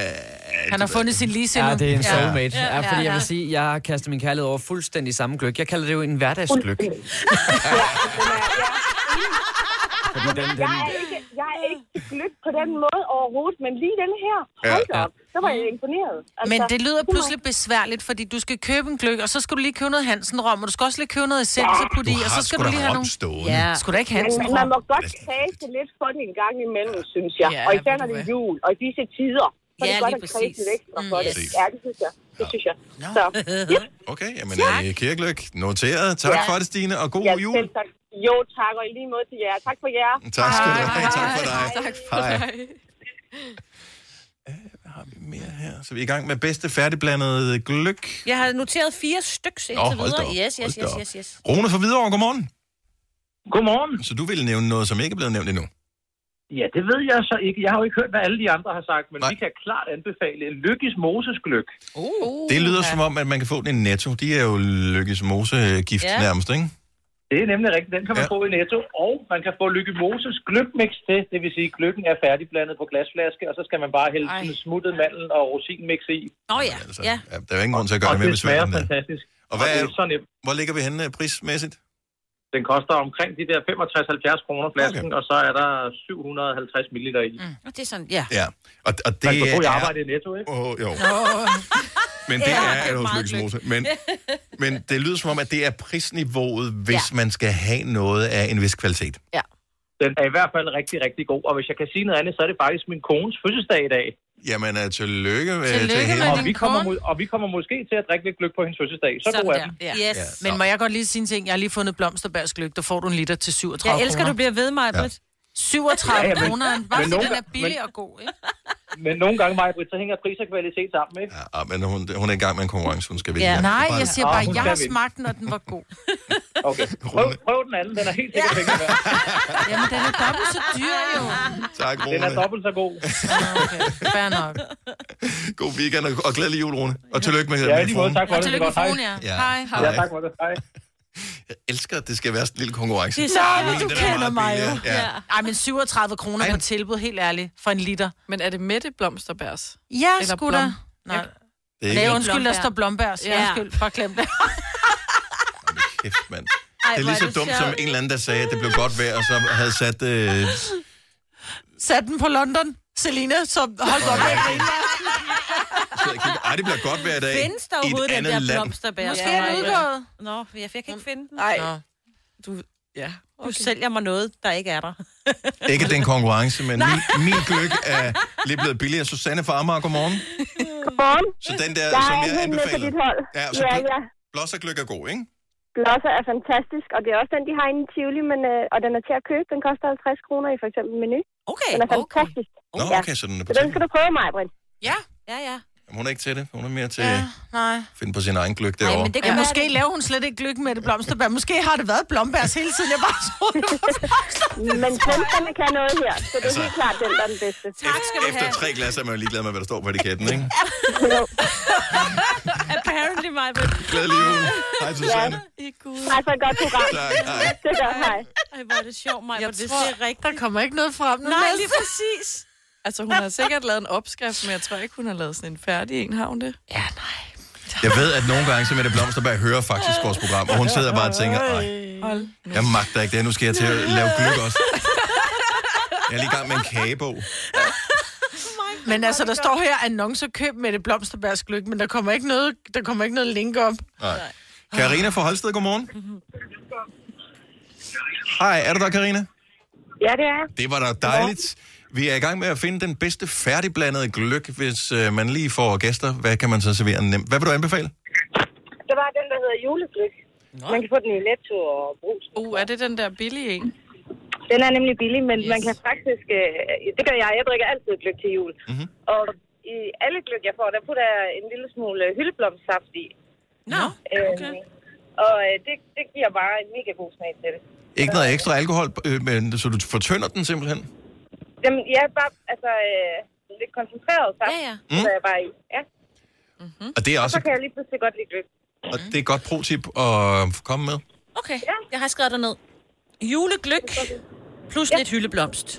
Han har fundet sin lise Ja, nu. det er en soulmate. Ja. Ja, fordi jeg vil sige, jeg har kastet min kærlighed over fuldstændig samme gløk. Jeg kalder det jo en hverdagsgløk. Fordi den, den, Jeg er ikke, jeg er ikke til gløb på den måde overhovedet, men lige den her, hold da Ja. op, så var jeg imponeret. Altså, Altså, Men det lyder var- pludselig besværligt, fordi du skal købe en gløk, og så skal du lige købe noget Hansen-rom, og du skal også lige købe noget essens og putte i, Du har og så skal sgu du da lige have rom nogle... stående. Ja. Skulle da ikke Men man Hansen-rom? må godt kredse lidt for det en gang imellem, synes jeg. Ja, Ja, og især ved når du det er hvad. jul, og i disse tider. Så er Ja, det godt lige at kredse præcis. lidt ekstra Mm, for det. yes. Ja, det synes jeg. Det synes jeg. Så, yes. Okay, jamen, øh, Kirkeløk, noteret. Tak Ja. for det, Stine, og god ja, jul. Selv tak. Jo, tak, og i lige måde til jer. Tak for jer. Tak skal du have. Tak for dig. Tak for Hej. dig. Ja, så vi er i gang med bedste færdigblandede gløk. Jeg har noteret fire styks Nå, indtil hold da videre. op, Yes, yes, hold da yes, op. yes, yes. Rune fra Hvidovre, godmorgen. Godmorgen. Så du ville nævne noget, som ikke er blevet nævnt endnu? Ja, det ved jeg så ikke. Jeg har jo ikke hørt, hvad alle de andre har sagt, men Nej. vi kan klart anbefale en Lykkes Moses gløk. Uh, det lyder som om, at man kan få den i Netto. De er jo lykkes mosegift Ja. ja. nærmest, ikke? Det er nemlig rigtigt. Den kan man ja. få i Netto, og man kan få Lykke Moses gløkmix til. Det vil sige, at gløkken er færdigblandet på glasflaske, og så skal man bare hælde sådan smuttet mandel og rosinmix i. Nå oh, ja, ja. Ja, der er jo ingen grund til at gøre Og det mere det smager besværligt. fantastisk. Og, hvad Og det er, er så nemt. hvor ligger vi henne øh, prismæssigt? Den koster omkring de der 65-70 kroner flasken, okay. og så er der 750 ml i. Mm. Nå, Det er sådan, ja. Ja, og, og det Man kan få i er... arbejde i Netto, ikke? Oh, jo. Nå. Men det Ja, er, det er er hos meget Lykkes lykke. Mose. Men, men det lyder som om, at det er prisniveauet, hvis ja. man skal have noget af en vis kvalitet. Ja. Den er i hvert fald rigtig, rigtig god. Og hvis jeg kan sige noget andet, så er det faktisk min kones fødselsdag i dag. Jamen, uh, tillykke, uh, til hende. og, vi kommer, mu- og vi kommer måske til at drikke lidt gløk på hendes fødselsdag. Så god er den. Ja. Yes. Yes. Ja, Men må jeg godt lige sige en ting? Jeg har lige fundet blomsterbærsgløk, der får du en liter til 37 Jeg elsker, kroner. du bliver ved, mig, Ja. ja. 37 Ja, ja, ja, ja, men- kroner, men bare fordi nogle den er gange- billig men- og god, ikke? Men nogle gange, Maja Britt, så hænger pris og kvalitet sammen, ikke? Ja, Ah, men hun, hun er i gang med en konkurrence, hun skal vinde. Ja. Nej, Bare- Ah, jeg Ah, siger bare, jeg har smagt den, og den var god. Okay, prøv, prøv den anden. Den er helt sikkert penge værd. Jamen, den er dobbelt så dyr, jo. Tak, Rune. Den er dobbelt så god. Fair nok. God weekend, og, og glædelig jul, Rune. Og tillykke med Ja, med i lige måde. formen. Tak for Og det. tillykke Det var med godt. formen, ja. Hej. Ja, tak for det. Hej. Jeg elsker, at det skal være sådan en lille konkurrence. Det er Men så, den du er kender meget mig jo. billigere. Ja. Ja. Ej, men 37 kroner på tilbud, helt ærligt, for en liter. Men er det mætte blomsterbærs? Ja, Eller sgu blom? da. Nej. Det er Nej, ikke undskyld, der står blombærs. Ja. Ja. Undskyld, bare glem det. Kæft, mand. Ej, det hvor er er lige så det dumt som sjovt. en eller anden, der sagde, at det blev godt vejr, og så havde sat... Øh... Sat den på London. Selina, så hold godt med at grine. Ej, det bliver godt vejr i dag. Findes der i et overhovedet den andet der land. blomsterbær? Måske er den udgået. Nå, jeg, jeg kan ikke finde den. Mm. Nej. Nå. Du, ja. Du sælger mig noget, der ikke er der. Ikke den konkurrence, men min, min gløk er lige blevet billigere. Susanne fra Amager, godmorgen. Godmorgen. Så den der, jeg som er jeg helt med på anbefalede. dit hold. Ja, Ja, så ja, glø- ja. Blås og gløk er god, ikke? Glosser er fantastisk, og det er også den, de har inde i Tivoli, men, øh, og den er til at købe. Den koster 50 kroner i for eksempel menu. Okay, Den er fantastisk. Nå, Ja. okay, så den er Så på den til. skal du prøve, mig, Brind. Ja, ja, ja. Hun er ikke til det. Hun er mere til Ja, at nej. finde på sin egen gløk derovre. det kan ja, måske det. laver hun slet ikke lykke med det blomsterbær. Måske har det været blombærs hele tiden. Jeg bare troede, det var blomsterbær. Men svenskerne kan noget her, så det er Altså- helt klart den, der er den bedste. Tak Efter tre glas er man jo ligeglad med, hvad der står på etiketten, ikke? Apparently, mig. Glædelig jul. Hej, Susanne. I Gud. Tak for et godt program. Tak, hej. Det gør, hej. Ej, hvor er det sjovt, mig. Jeg Jeg det tror- ser rigtigt. Der kommer ikke noget frem nu. Nej, Mads. lige præcis. Altså, hun har sikkert lavet en opskrift, men jeg tror ikke, hun har lavet sådan en færdig en, har hun det? Ja, Jeg ved, at nogle gange, så Mette Blomsterberg hører faktisk vores program, og hun sidder bare og tænker, nej, Hold. jeg magter ikke det, nu skal jeg til at lave gløk også. Jeg er lige i gang med en kagebog. Men altså, der står her annoncer, køb med det blomsterbærs gløk, men der kommer ikke noget, der kommer ikke noget link op. Altså, Nej. Karina fra Holsted, godmorgen. Hej, er du der, Karina? Ja, det er jeg. Det var da dejligt. Vi er i gang med at finde den bedste færdigblandede gløk, hvis øh, man lige får gæster. Hvad kan man så servere nemt? Hvad vil du anbefale? Der var den, der hedder juleglyk. Man kan få den i Netto og brus. Uh, er det den der billige en? Den er nemlig billig, men yes. man kan faktisk... Øh, det gør jeg. Jeg drikker altid gløk til jul. Mm-hmm. Og i alle gløk, jeg får, der putter jeg en lille smule hyldeblomstsaft i. Nå, okay. og øh, det, det giver bare en mega god smag til det. Ikke noget ekstra alkohol, øh, men, så du fortynder den simpelthen? Jamen, jeg er bare altså, øh, lidt koncentreret sammen, ja, Mhm. Mm. ja. så jeg bare i. Ja. Mm-hmm. Og det er Og så også kan jeg lige pludselig godt lide gløk. og det er et godt pro-tip at komme med. Okay, jeg har skrevet dig ned. Julegløk plus lidt hyldeblomst.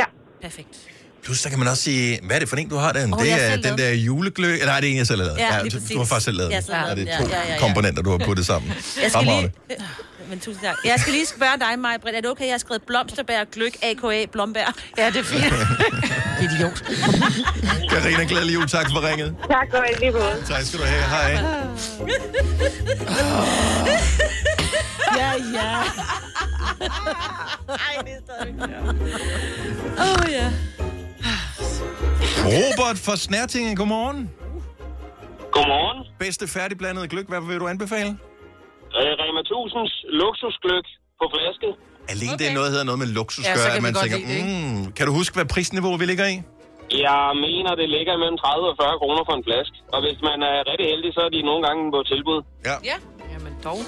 Ja. Perfekt. Plus, der kan man også sige, hvad er det for en, du har den? Åh, Oh, det jeg har er selv den lavet der juleglø... Eller nej, det er en, jeg selv har lavet. Ja, lige du- præcis. du har faktisk selv lavet Jeg den. har selv lavet det er den, to ja, ja, ja, ja. komponenter, du har puttet sammen. Jeg skal Fremragende. lige... Øh, Men tusind tak. Jeg skal lige spørge dig, Maja Britt. Er det okay, jeg har skrevet blomsterbær, gløk, a.k.a. blombær? Ja, det er fint. Idiot. Karina, glædelig jul. Tak for ringet. Tak for i lige måde. Tak skal du have. Hej. ja, ja. Ej, det er stadig Åh, oh, ja. Robert fra Snærtingen, godmorgen. Godmorgen. Bedste færdigblandede gløk, hvad vil du anbefale? Øh, Rema 1000's luksusgløk på flasken. Alene okay. det er noget, der hedder noget med luksus, Ja, ja, så gør, kan at vi man godt tænker, lide det, mm, kan du huske, hvad prisniveau vi ligger i? Jeg mener, det ligger mellem 30 og 40 kroner for en flaske. Og hvis man er rigtig heldig, så er de nogle gange på tilbud. Ja. Ja. Jamen dog.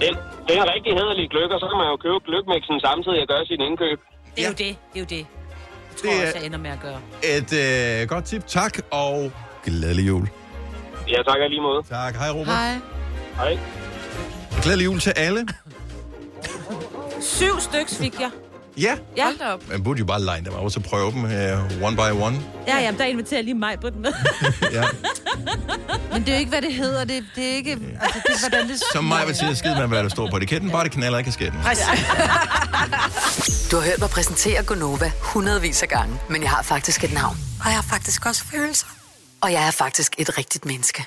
Det, det er en rigtig hederlig gløk, og så kan man jo købe gløkmixen samtidig og gøre sin indkøb. Det er jo det. Det er jo det. Jeg tror Det er- også, jeg ender med at gøre. Et øh, godt tip, tak, og glædelig jul. Ja, tak og i lige måde. Tak, hej Robert. Hej. Hej. Og glædelig jul til alle. Syv styks fik jeg. Ja, Ja. Hold op. man burde jo bare line dem op og så prøve dem uh, one by one. Ja, jamen, der inviterer lige mig på den med. Ja. Men det er jo ikke, hvad det hedder. Det, det er ikke... Altså, det er, hvordan det... Som mig vil sige, skide man, hvad der står på etiketten, bare det knaller i kasketten. Du har hørt mig præsentere Gonova hundredvis af gange, men jeg har faktisk et navn. Og jeg har faktisk også følelser. Og jeg er faktisk et rigtigt menneske.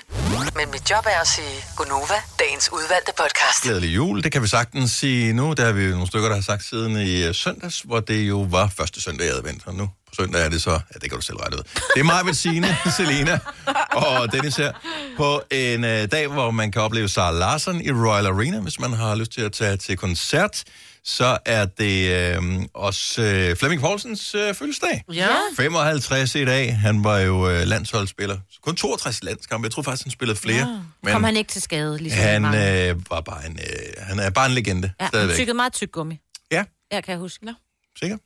Men mit job er at sige Gonova, dagens udvalgte podcast. Glædelig jul, det kan vi sagtens sige nu. Der er vi jo nogle stykker, der har sagt siden i øh, søndags, hvor det jo var første søndag i advent. Og nu på søndag er det så, ja, det kan du selv rette ud. Det er mig, Bettine, Selena og Dennis her. På en øh, dag, hvor man kan opleve Sara Larsson i Royal Arena, hvis man har lyst til at tage til koncert. Så er det øh, også øh, Flemming Poulsens øh, fødselsdag. Ja. 55 i dag. Han var jo øh, landsholdsspiller. Kun 62 landskampe. Jeg tror faktisk, han spillede flere. Ah. Ja. Men... Ah. Kom han ikke til skade, ligesom Han, mange. øh, var bare en, øh, han er bare en legende ja, ja, han stadigvæk. tykkede meget tyk gummi. Ja. Ja, kan jeg huske. Nå. Sikker.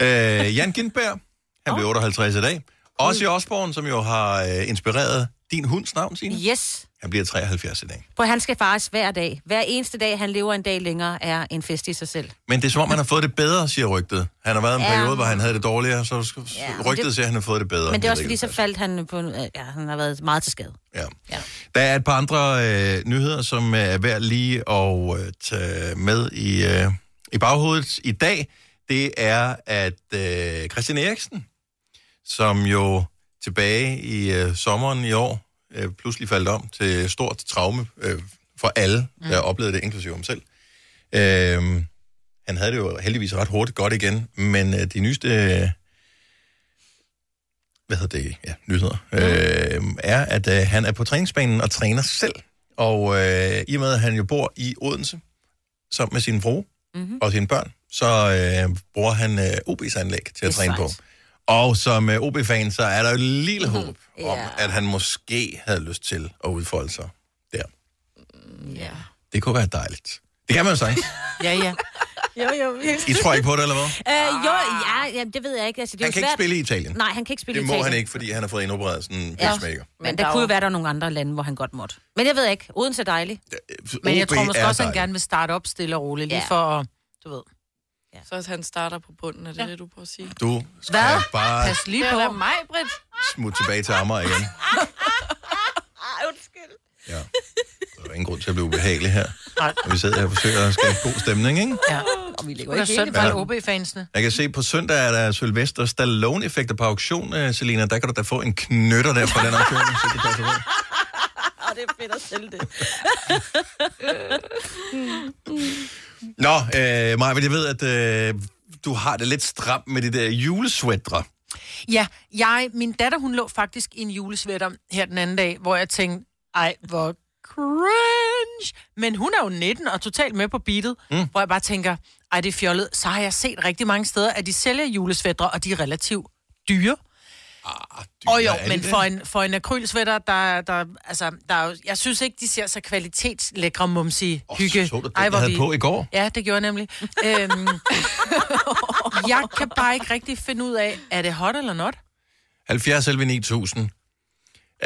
Øh, Jan Gindberg, han blev 58 i dag. Mm. Også i Osborn, som jo har øh, inspireret din hunds navn, Signe. Yes. Han bliver 73 i dag. Prøv, han skal fares hver dag. Hver eneste dag, han lever en dag længere, er en fest i sig selv. Men det er som om, han har fået det bedre, siger rygtet. Han har været i en Ja. periode, hvor han havde det dårligere, så sk- Ja, men rygtet det- siger, at han har fået det bedre. Men det er Jeg også ved fordi, ikke. så faldt han på... en- Ja, han har været meget til skade. Der er et par andre øh, nyheder, som øh, er værd lige at øh, tage med i, øh, i baghovedet i dag. Det er, at øh, Christian Eriksen, som jo tilbage i øh, sommeren i år øh, pludselig faldt om til stort traume øh, for alle, der oplevede det, inklusive ham selv. Øh, han havde det jo heldigvis ret hurtigt godt igen, men øh, de nyeste... Øh, hvad hedder det, ja, nyheder, øh, er, at øh, han er på træningsbanen og træner selv. Og øh, i og med, at han jo bor i Odense, sammen med sin fru mm-hmm. og sine børn, så øh, bruger han øh, OB's anlæg til at træne på. Og som øh, OB-fan, så er der jo et lille håb mm-hmm. om, at han måske havde lyst til at udfolde sig der. Mm, Ja. Det kunne være dejligt. Det kan man jo sagtens. Ja, ja. jo, jo. I tror ikke på det, eller hvad? Øh, jo, ja, jamen, det ved jeg ikke. Altså, det er Han jo kan ikke svært. spille i Italien. Nej, han kan ikke spille Det i må Italien. han ikke, fordi han har fået indopereret sådan en Ja. pacemaker. Men der, kunne jo være, der er nogle andre lande, hvor han godt måtte. Men jeg ved ikke. Odense er dejlig. Men jeg OB tror måske øh, er også, han dejligt. gerne vil starte op stille og roligt, lige Ja. for at... Du ved. Ja. Så at han starter på bunden, er det ja. det, du prøver at sige? Du skal Hvad? bare Pas lige på. Det er da mig, Britt. smutte tilbage til Amager igen. Undskyld. Der er ingen grund til at blive ubehagelig her. Og vi sidder her og forsøger at skabe god stemning, ikke? Ja. Og vi Det var synd for alle OB-fansene. Jeg kan se, på søndag er der Sylvester Stallone-effekter på auktion, øh, Selina. Der kan du da få en knytter der fra den auktion. så det passer på. Og det er fedt at sælge det. Mm, Nå, øh, Maja, jeg ved, at øh, du har det lidt stramt med de der julesvætter. Ja, jeg, min datter, hun lå faktisk i en julesvætter her den anden dag, hvor jeg tænkte, ej, hvor cringe. Men hun er jo 19 og totalt med på beatet, mm. hvor jeg bare tænker, ej, det er fjollet. Så har jeg set rigtig mange steder, at de sælger julesvætter, og de er relativt dyre. Ah, Dyre, og jo, er de men det? for en, for en akrylsvætter, der, der, altså, der er jo, jeg synes ikke, de ser så kvalitetslækre mumsi hygge. så du den, jeg havde på i går? Ja, det gjorde jeg nemlig. øhm, jeg kan bare ikke rigtig finde ud af, er det hot eller not? 70 11 9000. Uh,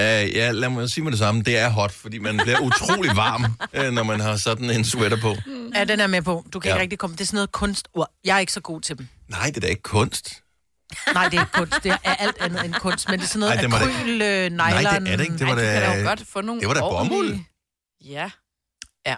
ja, lad mig sige med det samme. Det er hot, fordi man bliver utrolig varm, øh, når man har sådan en sweater på. Mm-hmm. Ja, den er med på. Du kan Ja. ja. ikke rigtig komme. Det er sådan noget kunstord. Jeg er ikke så god til dem. Nej, det er da ikke kunst. Nej, det er ikke kunst. Det er alt andet end kunst. Men det er sådan noget Ej, det Ej, var da- akryl, øh, nylon. Nej, det er det ikke. Det var Ej, da- kan jo godt få nogle det var da ordentlige- bomuld. Ja. Ja.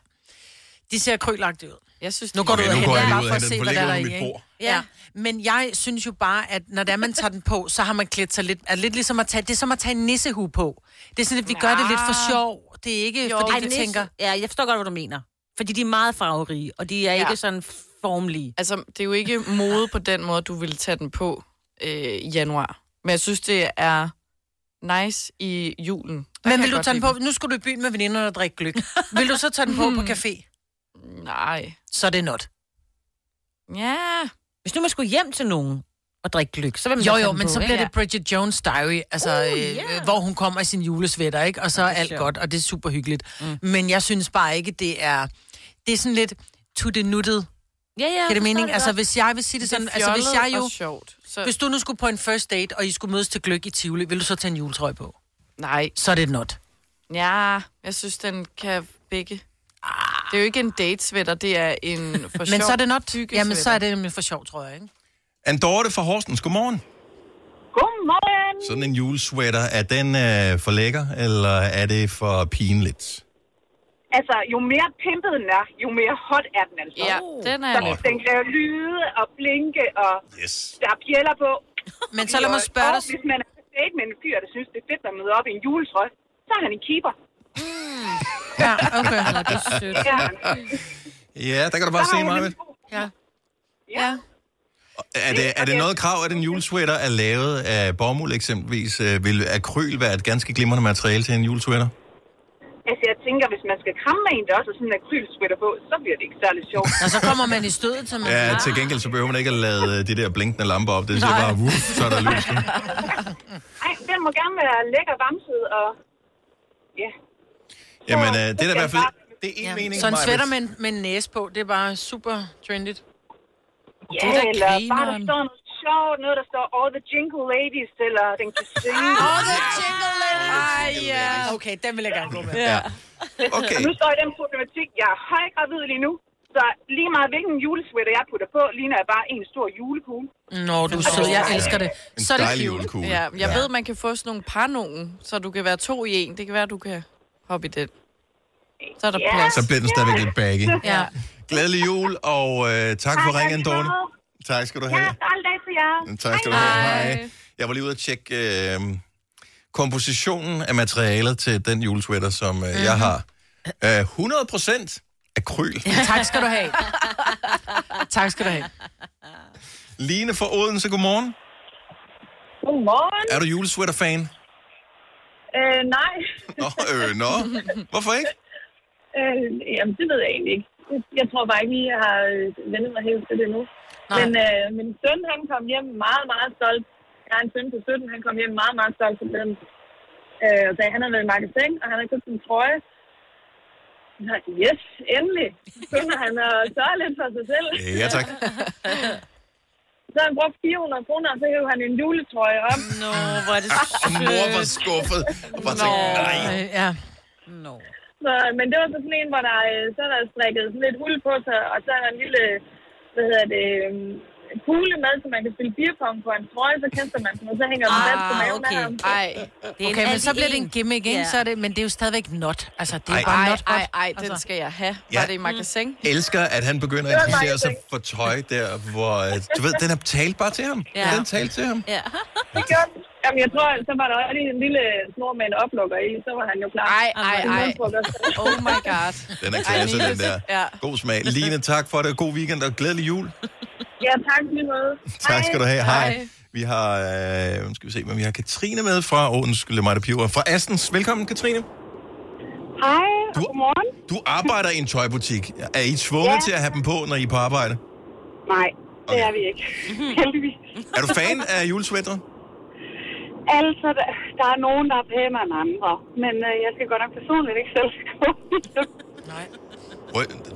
De ser akrylagtige ud. Jeg synes, nu de- går du Okay, ud og nu går henter jeg bare lige ud for og at henter se, den, for hvad der ligger er under i. mit ikke? bord. Ja. Men jeg synes jo bare, at når det er, man tager den på, så har man klædt sig lidt... Er lidt ligesom at tage, det er som at tage en nissehue på. Det er sådan, at vi gør det lidt for sjov. Det er ikke, Ah. jo, fordi Ej, vi nisse- tænker... Ja, jeg forstår godt, hvad du mener. Fordi de er meget farverige, og de er ja. ikke sådan formlige. Altså, det er jo ikke mode på den måde, du ville tage den på øh, i januar. Men jeg synes, det er nice i julen. Der kan Men vil jeg du godt tage den lide på? Nu skulle du i byen med veninderne og drikke gløk. Vil du så tage den på på café? Nej. Så er det not. Ja. Hvis nu man skulle hjem til nogen og drikke gløk, så vil man Jo, så jo, finde men på, så ikke? bliver det Bridget Jones Diary, altså, Uh, uh, ja. yeah. hvor hun kommer i sin julesvætter, ikke? Og så er det er alt sjovt. godt, og det er super hyggeligt. Mm. Men jeg synes bare ikke, det er... Det er sådan lidt to the nuttet. Ja, ja. Giver det mening? forstår Altså, godt. hvis jeg vil sige det sådan... er altså, hvis fjollet jeg jo... og sjovt. Så... Hvis du nu skulle på en first date, og I skulle mødes til gløk i Tivoli, vil du så tage en juletrøje på? Nej. Så er det et not. Ja, jeg synes, den kan begge. Det er jo ikke en datesvætter, det er en for Ah. Men sjov så er det not. hyggesvætter. Jamen, så er det nemlig for sjov, tror jeg, ikke? Andorte fra Horsens, godmorgen. Godmorgen. Sådan en julesweater, er den øh, for lækker, eller er det for pinligt? Altså, jo mere pimpet den er, jo mere hot er den altså. Ja, den er så, jeg med Den kan jo lyde og blinke, og yes. der er bjæller på. Men så lad mig spørge dig- Og hvis man er på date med en fyr, der synes, det er fedt, at møde op i en juletrøj, så er han en keeper. Mm. Ja, okay. Nå, det er sødt. Ja. Ja, der kan du bare Så har se hun mig. en vel? Ja. Ja. Er det, er det noget krav, at en julesweater er lavet af bomuld eksempelvis? Øh, Vil akryl være et ganske glimrende materiale til en julesweater? Altså, jeg tænker, hvis man skal kramme en, der også har sådan en akrylsweater på, så bliver det ikke særlig sjovt. Og så kommer man i stødet, som man Ja, til gengæld så behøver man ikke at lade øh, de der blinkende lamper op. Det er Nej. bare, woof, så er der lys. Ej, den må gerne være lækker vamset og... Ja. Jamen, øh, det er da i hvert fald... Det er en ja. mening, Så en Maja. sweater med, en- med en næse på, det er bare super trendy. Ja, eller bare der står noget sjovt, noget der står All the Jingle Ladies, eller den kan synge. Ah, All the Jingle Ladies! Ej, ja. Okay, den vil jeg gerne gå med. Ja. Okay. Og nu står jeg i den problematik, jeg er høj gravid lige nu, så lige meget hvilken julesweater jeg putter på, ligner jeg bare en stor julekugle. Nå, du er sød. Jeg elsker det. En Så er det dejlig cute. julekugle. Ja, jeg ja. ved, man kan få sådan nogle par nogen, så du kan være to i en. Det kan være, du kan hoppe i den. Så er der Ja. plads. Så bliver den stadigvæk lidt baggy. Ja. Glædelig jul, og øh, tak for ringen, Dorte. Tak skal du have. Alle dage til jer. Tak skal du have. Hej. Jeg var lige ude at tjekke øh, kompositionen af materialet til den julesweater, som øh, mm-hmm. jeg har. Øh, 100 procent akryl. Tak skal du have. tak skal du have. Ah, Line fra Odense, godmorgen. Godmorgen. Er du julesweater-fan? Øh, nej. Nå, øh, nå. Hvorfor ikke? Øh, jamen, det ved jeg egentlig ikke. Jeg tror bare ikke lige, jeg har øh, vendet mig helt til det nu. Men øh, min søn, han kom hjem meget, meget stolt. Jeg har en søn på 17, han kom hjem meget, meget stolt til den. Øh, og da han havde været i magasin, og han havde købt en trøje. Jeg har sagt, yes, endelig. Begynder han at sørge lidt for sig selv. Ja, tak. Så har han brugt 400 kroner, og så hævde han en juletrøje op. Nå, hvor er det Og mor var skuffet. Og bare Nå. tænkte, nej. Ja. Så, men det var så sådan en, hvor der, øh, så er der strikket sådan lidt hul på sig, og så er der en lille, hvad hedder det, øhm, kugle med, så man kan spille beerpong på en trøje, så kaster man den, og så hænger den fast på maven af ham. Ej. er en Okay, men alt så i bliver det en. en gimmick, ikke? Ja. Så er det, men det er jo stadigvæk not. Altså, det er Ej. bare Ej, not Ej, ej, den altså. Mm. skal jeg have. Var Ja. det i magasin? elsker, at han begynder Det at var interessere mig, sig for tøj der, hvor... øh, Du ved, den er talt bare til ham. Ja. Den talte til ham. Ja. Det gjorde den. Jamen, jeg tror, så var der også lige en lille snor med en oplukker i, så var han jo klar. Ej, ej, ej. Oh my god. Den er klasse, Ej, den der. Ja. God smag. Line, tak for det. God weekend og glædelig jul. Ja, tak lige måde. Tak skal du have. Hej. Vi har, øh, nu skal vi se, men vi har Katrine med fra Åens Skylde Mig, der piver. Fra Astens. Velkommen, Katrine. Hej, Du, godmorgen. Du arbejder i en tøjbutik. Er I tvunget Ja. til at have dem på, når I er på arbejde? Nej, det er vi ikke. Heldigvis. Er du fan af julesweater? Altså, der- der er nogen, der er pænere end andre, men øh, jeg skal godt nok personligt ikke selv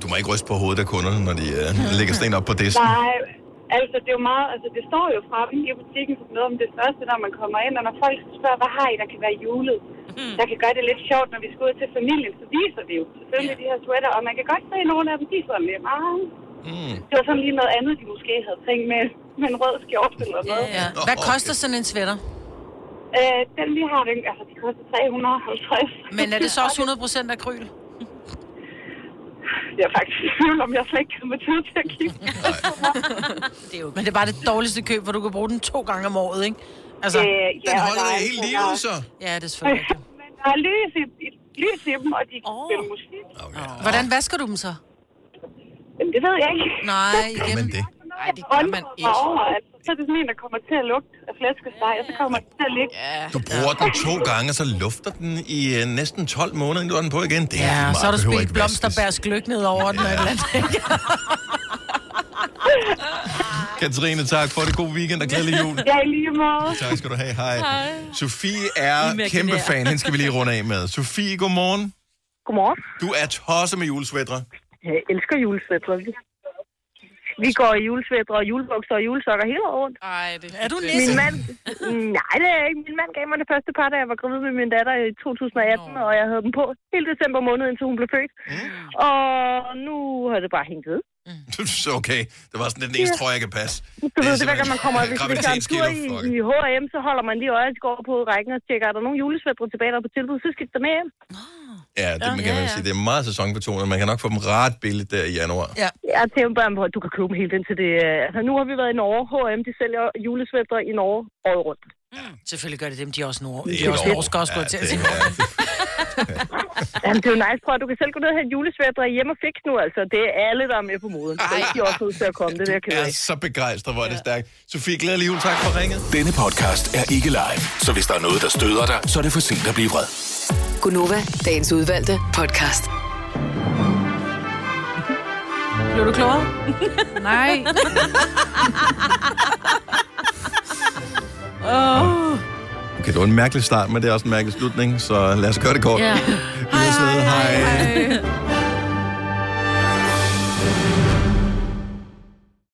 Du må ikke ryste på hovedet af kunderne, når de øh, lægger sten op på disken. Nej, altså det er jo meget, altså det står jo fra i butikken som noget om det første, når man kommer ind, og når folk spørger, hvad har I, der kan være julet? Mhm. Der kan gøre det lidt sjovt, når vi skal ud til familien, så viser vi jo selvfølgelig de her sweater, og man kan godt se nogle af dem, de er sådan lidt meget. Mm. Det var sådan lige noget andet, de måske havde tænkt med, med en rød skjorte eller noget. Ja. Hvad koster sådan en sweater? Øh, den vi har, den, altså det koster 350. Men er det så også 100% akryl? Jeg er faktisk i tvivl, om jeg slet ikke kommer tid til at kigge. Det er jo Men det er bare det dårligste køb, hvor du kan bruge den to gange om året, ikke? Altså, Øh, ja, Den og holder der er dig hele altså- livet, så. Ja, det er selvfølgelig. Men der er lys i, i- lys i dem, og de kan oh. spille musik. rigtigt. Hvordan vasker du dem så? Jamen, det ved jeg ikke. Nej, igen. Men det. Nej, det gør man ikke. Over, altså, så er det sådan en, der kommer til at lugte af flæskesteg, og så kommer den til at ligge. Du bruger den to gange, og så lufter den i øh, næsten 12 måneder, inden du har den på igen. Det er Ja, meget, så har du behøver spillet ikke vaskes. blomsterbærs gløk ned over den. Ja. Eller andet. Katrine, tak for det. God weekend og glædelig jul. Ja, i lige måde. Tak skal du have. Hej. Hej. Sofie er Imaginær. kæmpe fan. Hende skal vi lige runde af med. Sofie, godmorgen. Godmorgen. Du er tosset med julesvætter. Jeg elsker julesvætter. Vi, vi går i julesvætter og julebukser og julesokker hele året rundt. Ej, det Er du nisse? Min mand, nej, det er jeg ikke. Min mand gav mig det første par, da jeg var gravid med min datter i 2018, og jeg havde dem på hele december måned, indtil hun blev født. Mm. Og nu har det bare hængt ved. Så okay, det var sådan den eneste trøje, jeg kan passe. Du ved, det hver simpelthen gang man kommer, hvis, hvis jeg er en tur i, graviditetsskiller. i H&M, så holder man lige øjet, går på rækken og tjekker, er der nogle julesvætter tilbage, der er på tilbud, så skal der med hjem. Ja, det man kan man sige. Det er meget sæsonbetonet. Man kan nok få dem ret billigt der i januar. Ja. Jeg tænker bare på, at du kan købe dem helt indtil det. øh, Altså, nu har vi været i Norge. H&M, de sælger julesvætter i Norge året rundt. Selvfølgelig gør det dem, de er også nord. Det er De er også nord. norske også Ja, godt til at det sige. Jamen, det er jo nice, prøv at du kan selv gå ned og hente julesvætter hjemme og fik nu, altså. Det er alle, der er med på moden. Så ikke de også nødt til at komme, det der kan Jeg er så begejstret, hvor er det stærkt. Sofie, glædelig jul. Tak for ringet. Denne podcast er ikke live, så hvis der er noget, der støder dig, så er det for sent at blive vred. Gunova, dagens udvalgte podcast. Blev du klogere? Nej. Åh. Okay, det var en mærkelig start, men det er også en mærkelig slutning, så lad os gøre det kort. Ja. Vi ses ved. Hej. Hej.